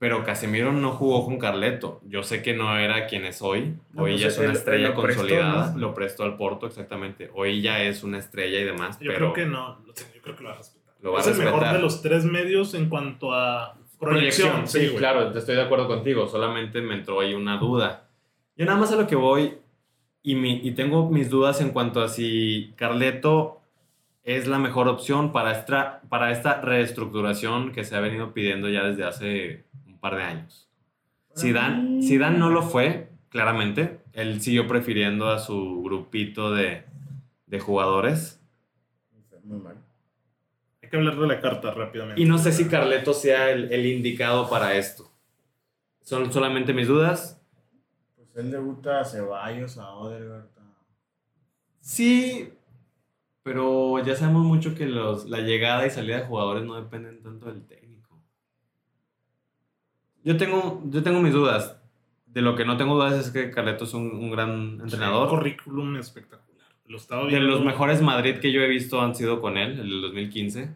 pero Casemiro no jugó con Carleto. Yo sé que no era quien es hoy. No, Hoy pues ya es él- una él estrella lo prestó, consolidada. ¿no? Lo prestó al Porto, exactamente. Hoy ya es una estrella y demás, Yo creo pero que no. lo- Yo creo que lo va a respetar. Lo va a es el mejor respetar. de los tres medios en cuanto a proyección. proyección. Sí, güey. claro, te estoy de acuerdo contigo. Solamente me entró ahí una duda. Yo nada más a lo que voy y, mi- y tengo mis dudas en cuanto a si Carleto es la mejor opción para esta, para esta reestructuración que se ha venido pidiendo ya desde hace un par de años. Zidane, Ah. Zidane no lo fue, claramente. Él siguió prefiriendo a su grupito de, de jugadores. Muy mal. Hay que hablar de la carta rápidamente. Y no sé si Carleto sea el, el indicado para esto. Son solamente mis dudas. Pues él debuta a Ceballos, a Odegaard. a- Sí, pero ya sabemos mucho que los, la llegada y salida de jugadores no dependen tanto del técnico. Yo tengo, yo tengo mis dudas. De lo que no tengo dudas es que Carleto es un, un gran Un entrenador. currículum espectacular. Lo estaba De viendo. los mejores Madrid que yo he visto han sido con él, el del 2015.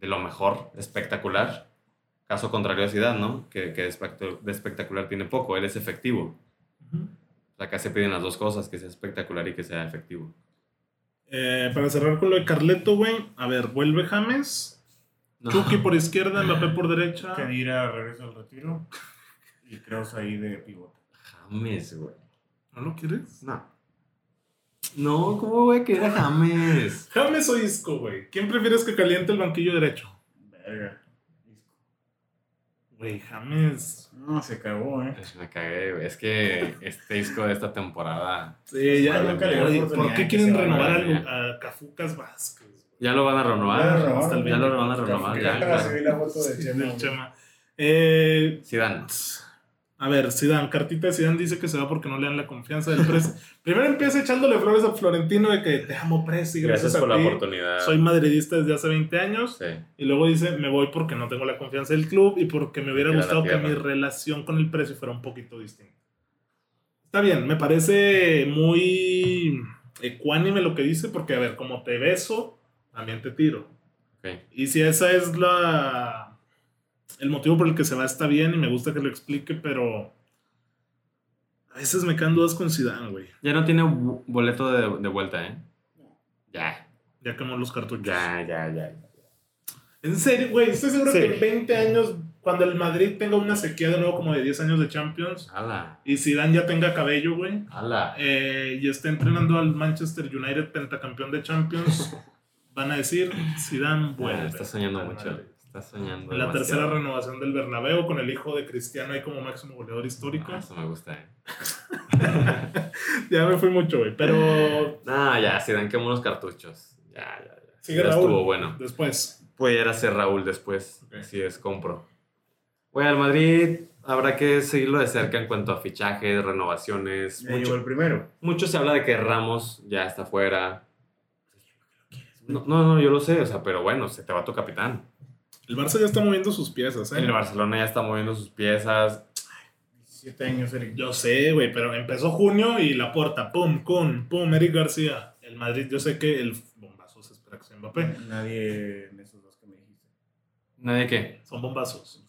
De lo mejor, espectacular. Caso contrario a Ciudad, ¿no? Que, que de espectac- de espectacular tiene poco, él es efectivo. Ujú. Acá se piden las dos cosas, que sea espectacular y que sea efectivo. Eh, para cerrar con lo de Carleto, güey. A ver, vuelve James. No. Chucky por izquierda, Mbappé por derecha. Kedira regresa al retiro. [laughs] Y Kroos ahí de pivote. James, güey. ¿No lo quieres? No. No, ¿cómo voy a querer a James? James o Isco, güey. ¿Quién prefieres que caliente el banquillo derecho? Verga. Güey, James. No, se cagó, eh. Pues me cagué, güey. Es que este disco de esta temporada Sí, ya nunca le dio ¿Por oportunidad qué que quieren se vaya, renovar ya. al- a Cafucas Vázquez? güey? ya lo van a renovar. hasta el Ya lo van a renovar. Acaba Ya, de claro. subir la foto de Sí, Chema, del güey. Chema. Eh, Zidane. A ver, Zidane, cartita de Zidane dice que se va porque no le dan la confianza del [laughs] Presi. Primero empieza echándole flores a Florentino de que te amo, Presi, gracias, Gracias por a la ti. oportunidad. Soy madridista desde hace 20 años. Sí. Y luego dice, me voy porque no tengo la confianza del club y porque me hubiera Queda la gustado que tierra. mi relación con el Presi fuera un poquito distinta. Está bien, me parece muy ecuánime lo que dice porque, a ver, como te beso, también te tiro. Ok. Y si esa es la el motivo por el que se va está bien y me gusta que lo explique, pero a veces me quedan dudas con Zidane, güey. Ya no tiene bu- boleto de, de vuelta, ¿eh? Ya. Ya quemó los cartuchos. Ya, ya, ya. En serio, güey, estoy seguro Sí. que en 20 años cuando el Madrid tenga una sequía de nuevo como de 10 años de Champions Ala, y Zidane ya tenga cabello, güey, ala. eh, y esté entrenando al Manchester United pentacampeón de [laughs] Champions, van a decir Zidane Bueno, vuelve. está soñando al mucho. Madrid". Está soñando. En la tercera demasiado. renovación del Bernabéu con el hijo de Cristiano ahí como máximo goleador histórico. Ah, eso me gusta, ¿eh? [laughs] ya me fui mucho, güey. Pero Ah, ya, Zidane quemó los cartuchos. Ya, ya, ya. sigue Ya Raúl. estuvo bueno. Después. Pudiera ser Raúl después, si es compro. Bueno, al Madrid habrá que seguirlo de cerca en cuanto a fichajes, renovaciones. Ya llegó Mucho, el primero. mucho se habla de que Ramos ya está fuera. No, no, no, yo lo sé, o sea, pero bueno, se te va tu capitán. El Barça ya está moviendo sus piezas, ¿eh? El Barcelona ya está moviendo sus piezas. 17 años, Eric. Yo sé, güey, pero empezó junio y la puerta, pum, con, pum, Eric García. El Madrid, yo sé que el bombazo se espera que sea Mbappé. Nadie en esos dos que me dijiste. ¿Nadie qué? Son bombazos.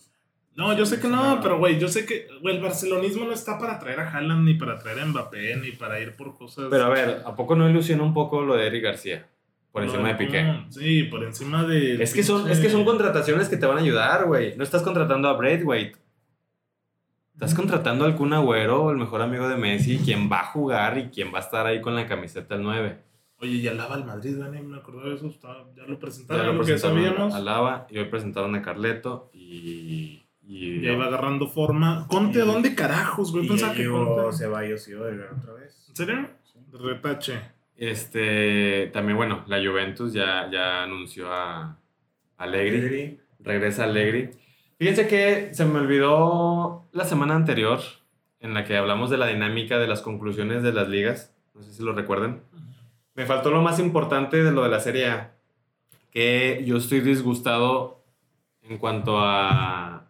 No, yo sé que no, pero güey, yo sé que güey, el barcelonismo no está para traer a Haaland, ni para traer a Mbappé, ni para ir por cosas. Pero a ver, ¿a poco no ilusiona un poco lo de Eric García? Por No, encima de no, Piqué. Sí, por encima de. Es que, son, es que son contrataciones que te van a ayudar, güey. No estás contratando a Braithwaite. Estás contratando al Kun Agüero, el mejor amigo de Messi, quien va a jugar y quien va a estar ahí con la camiseta al 9. Oye, y alaba el Madrid, güey, ni me acordaba de eso. está- ya lo Ya presentaron, ya lo lo que presentaron sabíamos. a Lava y hoy presentaron a Carleto y... y- Ya iba agarrando forma. Conte, Y- ¿dónde carajos, güey? Y ya Pensaba que llegó Conte. Ceballos y Odegaard otra vez. ¿En serio? Sí. Retache. Este, también, bueno, la Juventus ya, ya anunció a Allegri. Alegri. Regresa Allegri. Fíjense que se me olvidó la semana anterior en la que hablamos de la dinámica de las conclusiones de las ligas. No sé si lo recuerdan. Me faltó lo más importante de lo de la Serie A, que yo estoy disgustado en cuanto a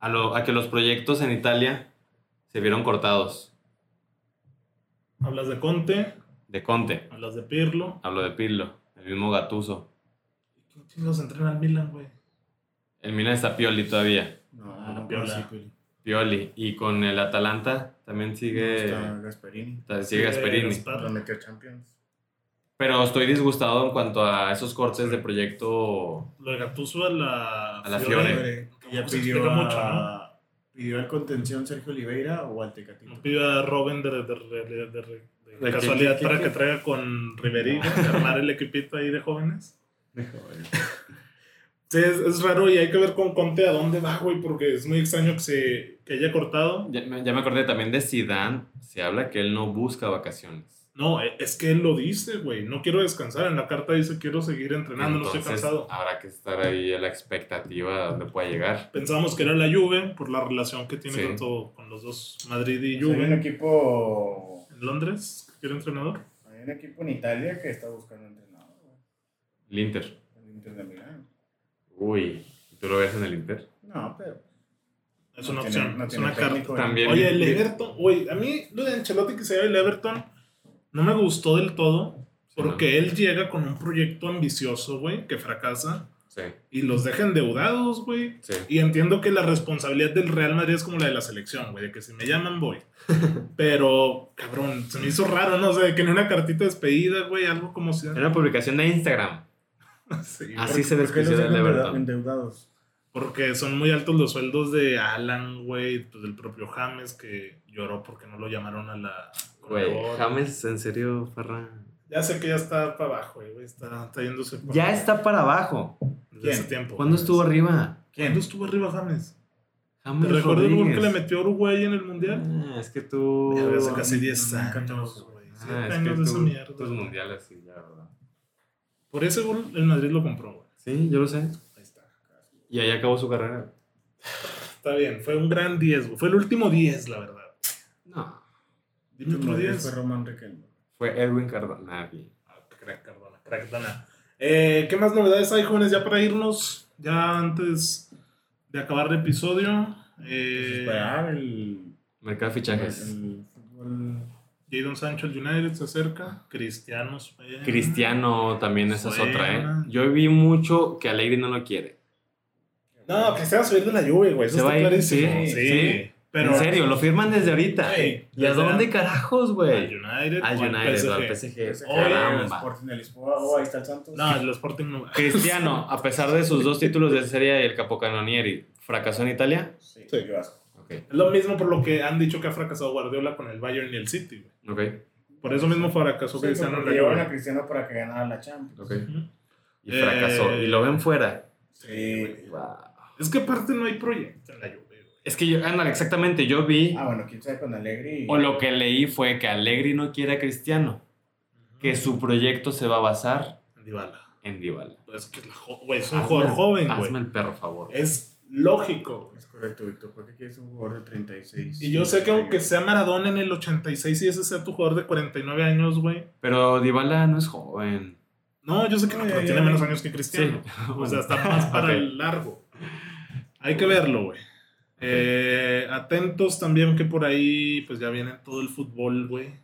a, lo- a que los proyectos en Italia se vieron cortados. Hablas de Conte, De Conte, hablas de Pirlo. hablo de Pirlo, el mismo Gatuso. ¿Quién chingados entrena al Milan, güey? El Milan está Pioli todavía. No, Ah, no Piola. conocí, Piola. Pioli. Y con el Atalanta también sigue, Está Gasperini. ta- sigue Gasperini. Gaspar. Lo metió Champions. Pero estoy disgustado en cuanto a esos cortes de proyecto. Lo de Gattuso a la. A la Fiore. Pobre, que ya Tampoco se pidió explica mucho, a- pidió al contención Sergio Oliveira o al Tecatito. No pido a Robin de, de- de- de- de- de ¿De casualidad qué- qué- para qué- que traiga con Ribery, güey, armar el equipito ahí de jóvenes. Sí, es, es raro y hay que ver con Conte a dónde va, güey, porque es muy extraño que, se, que haya cortado. Ya, me- ya me acordé también de Zidane. Se habla que él no busca vacaciones. No, e- es que él lo dice, güey. No quiero descansar. En la carta dice quiero seguir entrenando, no estoy Entonces, cansado. Habrá que estar ahí a la expectativa de dónde pueda llegar. Pensábamos que era la Juve por la relación que tiene Sí. tanto con los dos, Madrid y Hay un Juve. equipo. En Londres, que quiere entrenador. Hay un equipo en Italia que está buscando entrenador. güey. El Inter. El Inter de Milán. Uy, ¿tú lo ves en el Inter? No, pero. Es no una tiene- opción, no es tiene una técnico, carta. güey. También. Oye, el Everton, güey, a mí lo de Ancelotti que se llama el Everton no me gustó del todo Sí, ¿no? porque él llega con un proyecto ambicioso, güey, que fracasa Sí, y los deja endeudados, güey. sí. Y entiendo que la responsabilidad del Real Madrid es como la de la selección, güey, de que si me llaman [laughs] voy. Pero, cabrón, se me hizo raro, ¿no? O sea, que en una cartita despedida, güey, algo como si... En una publicación de Instagram. [laughs] Sí, Así porque- se ¿Por qué los despidió del dejan endeuda- Everton. endeudados? Porque son muy altos los sueldos de Alan, güey, pues del propio James que lloró porque no lo llamaron a la... Güey, Conmebol. James, en serio, Ferran. Ya sé que ya está para abajo, eh, güey. Está, está yéndose. para Ya abajo está para abajo. Desde ¿Quién? hace tiempo. ¿Cuándo estuvo arriba? ¿Cuándo estuvo arriba James? James ¿Te recuerdas el gol que Rodríguez. le metió a Uruguay en el mundial? Ah, es que tú. Ya ves, casi no, 10 no, años, 14, güey. Ah, 7 es que años de esa tú- mierda. tus mundiales, sí, ya, ¿verdad? Por ese gol, el Madrid lo compró, güey. Sí, yo lo sé. Ahí está. Y ahí acabó su carrera. Está bien, fue un gran 10, güey. Fue el último 10, la verdad. No. Dime otro Último día Fue 10. Román Riquelme. Fue Edwin Cardona. Ah, Crack, Cardona, crack, Dana. Eh, ¿Qué más novedades hay, jóvenes? Ya para irnos, ya antes de acabar el episodio. Pues Eh, esperar el, Mercado de el, fichajes. fútbol. Jadon Sancho al United se acerca. Cristianos. eh. Cristiano también, esa es Suena. otra, ¿eh? Yo vi mucho que Alegri no lo quiere. No, Cristiano se va a ir de la lluvia, güey. Eso Se va está a ir, clarísimo. sí, Sí, sí. Pero en serio, lo firman desde ahorita. Güey, ¿Y a desde dónde la- carajos, Al güey? United. Al o al United, PSG. o al PSG. Ese que era el Caramba. Sporting de Lisboa. Oh, ahí está el Santos. pues, eh, No, el Sporting no. Cristiano, a pesar de sus dos títulos de serie y el Capocannonieri, ¿fracasó en Italia? Sí, Sí. qué asco. Ok. Es lo mismo por lo que han dicho que ha fracasado Guardiola con el Bayern y el City, güey. Ok. Por eso mismo fracasó Sí, Cristiano porque en la llevaron a Juve. Cristiano para que ganara la Champions. Ok. Ujú. Y fracasó. Eh, Y lo ven fuera. Sí, güey. Wow. Es que aparte no hay proyecto en la Juve, güey. Es que yo, ándale, exactamente, yo vi, Ah, bueno, quién sabe con Alegri. o lo que leí fue que Allegri no quiere a Cristiano, que su proyecto se va a basar Dybala. en Dybala. Es que es la jo- güey, es un Hazme jugador el- joven, Hazme güey. el perro favor. Es lógico. Es correcto, Víctor. ¿Por qué quieres un jugador de 36? Y yo sé que aunque sea Maradona en el 86 y ese sea tu jugador de 49 años, güey. Pero Dybala no es joven. No, yo sé que no, Ay, pero ay, tiene ay. menos años que [laughs] Cristiano. O sea, está más para Ok. el largo. Hay que verlo, güey. Eh, atentos también que por ahí pues ya viene todo el fútbol, güey.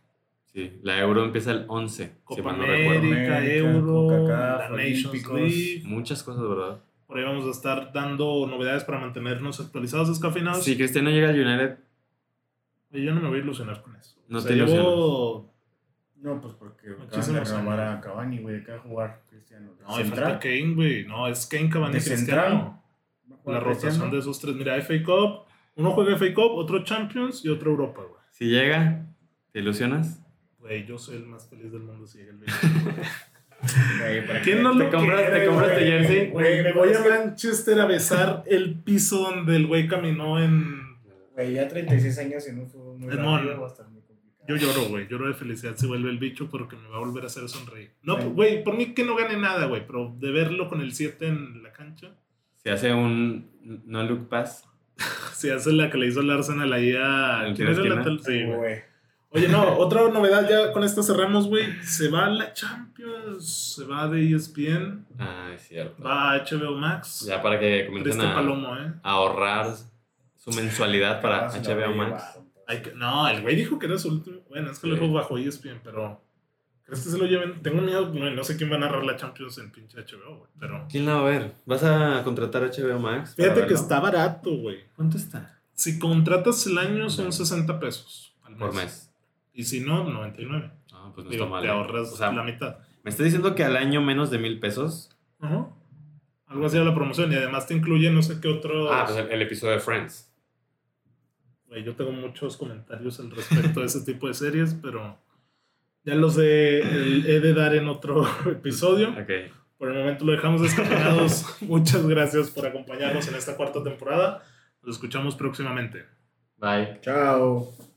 Sí, la Euro empieza el 11, si Copa mal no recuerdo. América, América, Euro, CONCACAF, la Nations Olímpicos. League. Muchas cosas, ¿verdad? Por ahí vamos a estar dando novedades para mantenernos actualizados, descafeinados. Si Cristiano llega al United, Y yo no me voy a ilusionar con eso. No O sea, te llevo- No, pues porque acaban de Muchísimos renovar años. a Cavani, güey. Acá a jugar Cristiano. No, y falta Kane, güey. No, es Kane, Cavani, De Cristiano. La rotación de esos tres. Mira, FA Cup. Uno juega FA Cup, otro Champions y otro Europa, güey. si llega, ¿te ilusionas? Güey, yo soy el más feliz del mundo si llega el 20. ¿Quién no Te compras, te compras tu jersey. Güey, me voy a Manchester a besar el piso donde el güey caminó en... Güey, ya 36 años en un fútbol muy Es rápido mono. va a estar muy complicado. Yo lloro, güey. Lloro de felicidad si vuelve el bicho porque me va a volver a hacer sonreír. No, pues, güey, por mí que no gane nada, güey. Pero de verlo con el 7 en la cancha. Si hace un no look pass, Se hace la que le hizo el Arsenal ahí a... ¿El ¿Quién era el Tiresquina? lateral? Sí, güey. güey. Oye, no, otra novedad ya con esta cerramos, güey. Se va la Champions, se va de E ESPN, ah, es cierto. va a HBO Max. Ya para Triste que comiencen a, palomo, ¿eh? a ahorrar su mensualidad para Ah, se la HBO voy a Max. llevar, entonces. Hay que- no, el güey dijo que era su último. Bueno, es que lo Sí. dijo bajo E ESPN, pero. ¿Crees que se lo lleven? Tengo miedo, güey, no sé quién va a narrar la Champions en pinche HBO, güey. Pero. ¿Quién la va a ver? ¿Vas a contratar HBO Max? para Fíjate que verlo? está barato, güey. ¿Cuánto está? Si contratas el año son 60 pesos al mes. Por mes. Y si no, 99. Ah, pues no Pues, Digo, está mal. te ¿eh? ahorras O sea, la mitad. me está diciendo que al año menos de mil pesos. Ajá. Algo así de la promoción. Y además te incluye no sé qué otro. Ah, pues el, el episodio de Friends. Güey, yo tengo muchos comentarios al respecto de ese tipo de series, pero ya los he, el- he de dar en otro [laughs] episodio. Ok. Por el momento lo dejamos descargados. [laughs] Muchas gracias por acompañarnos en esta cuarta temporada. Nos escuchamos próximamente. Bye. Chao.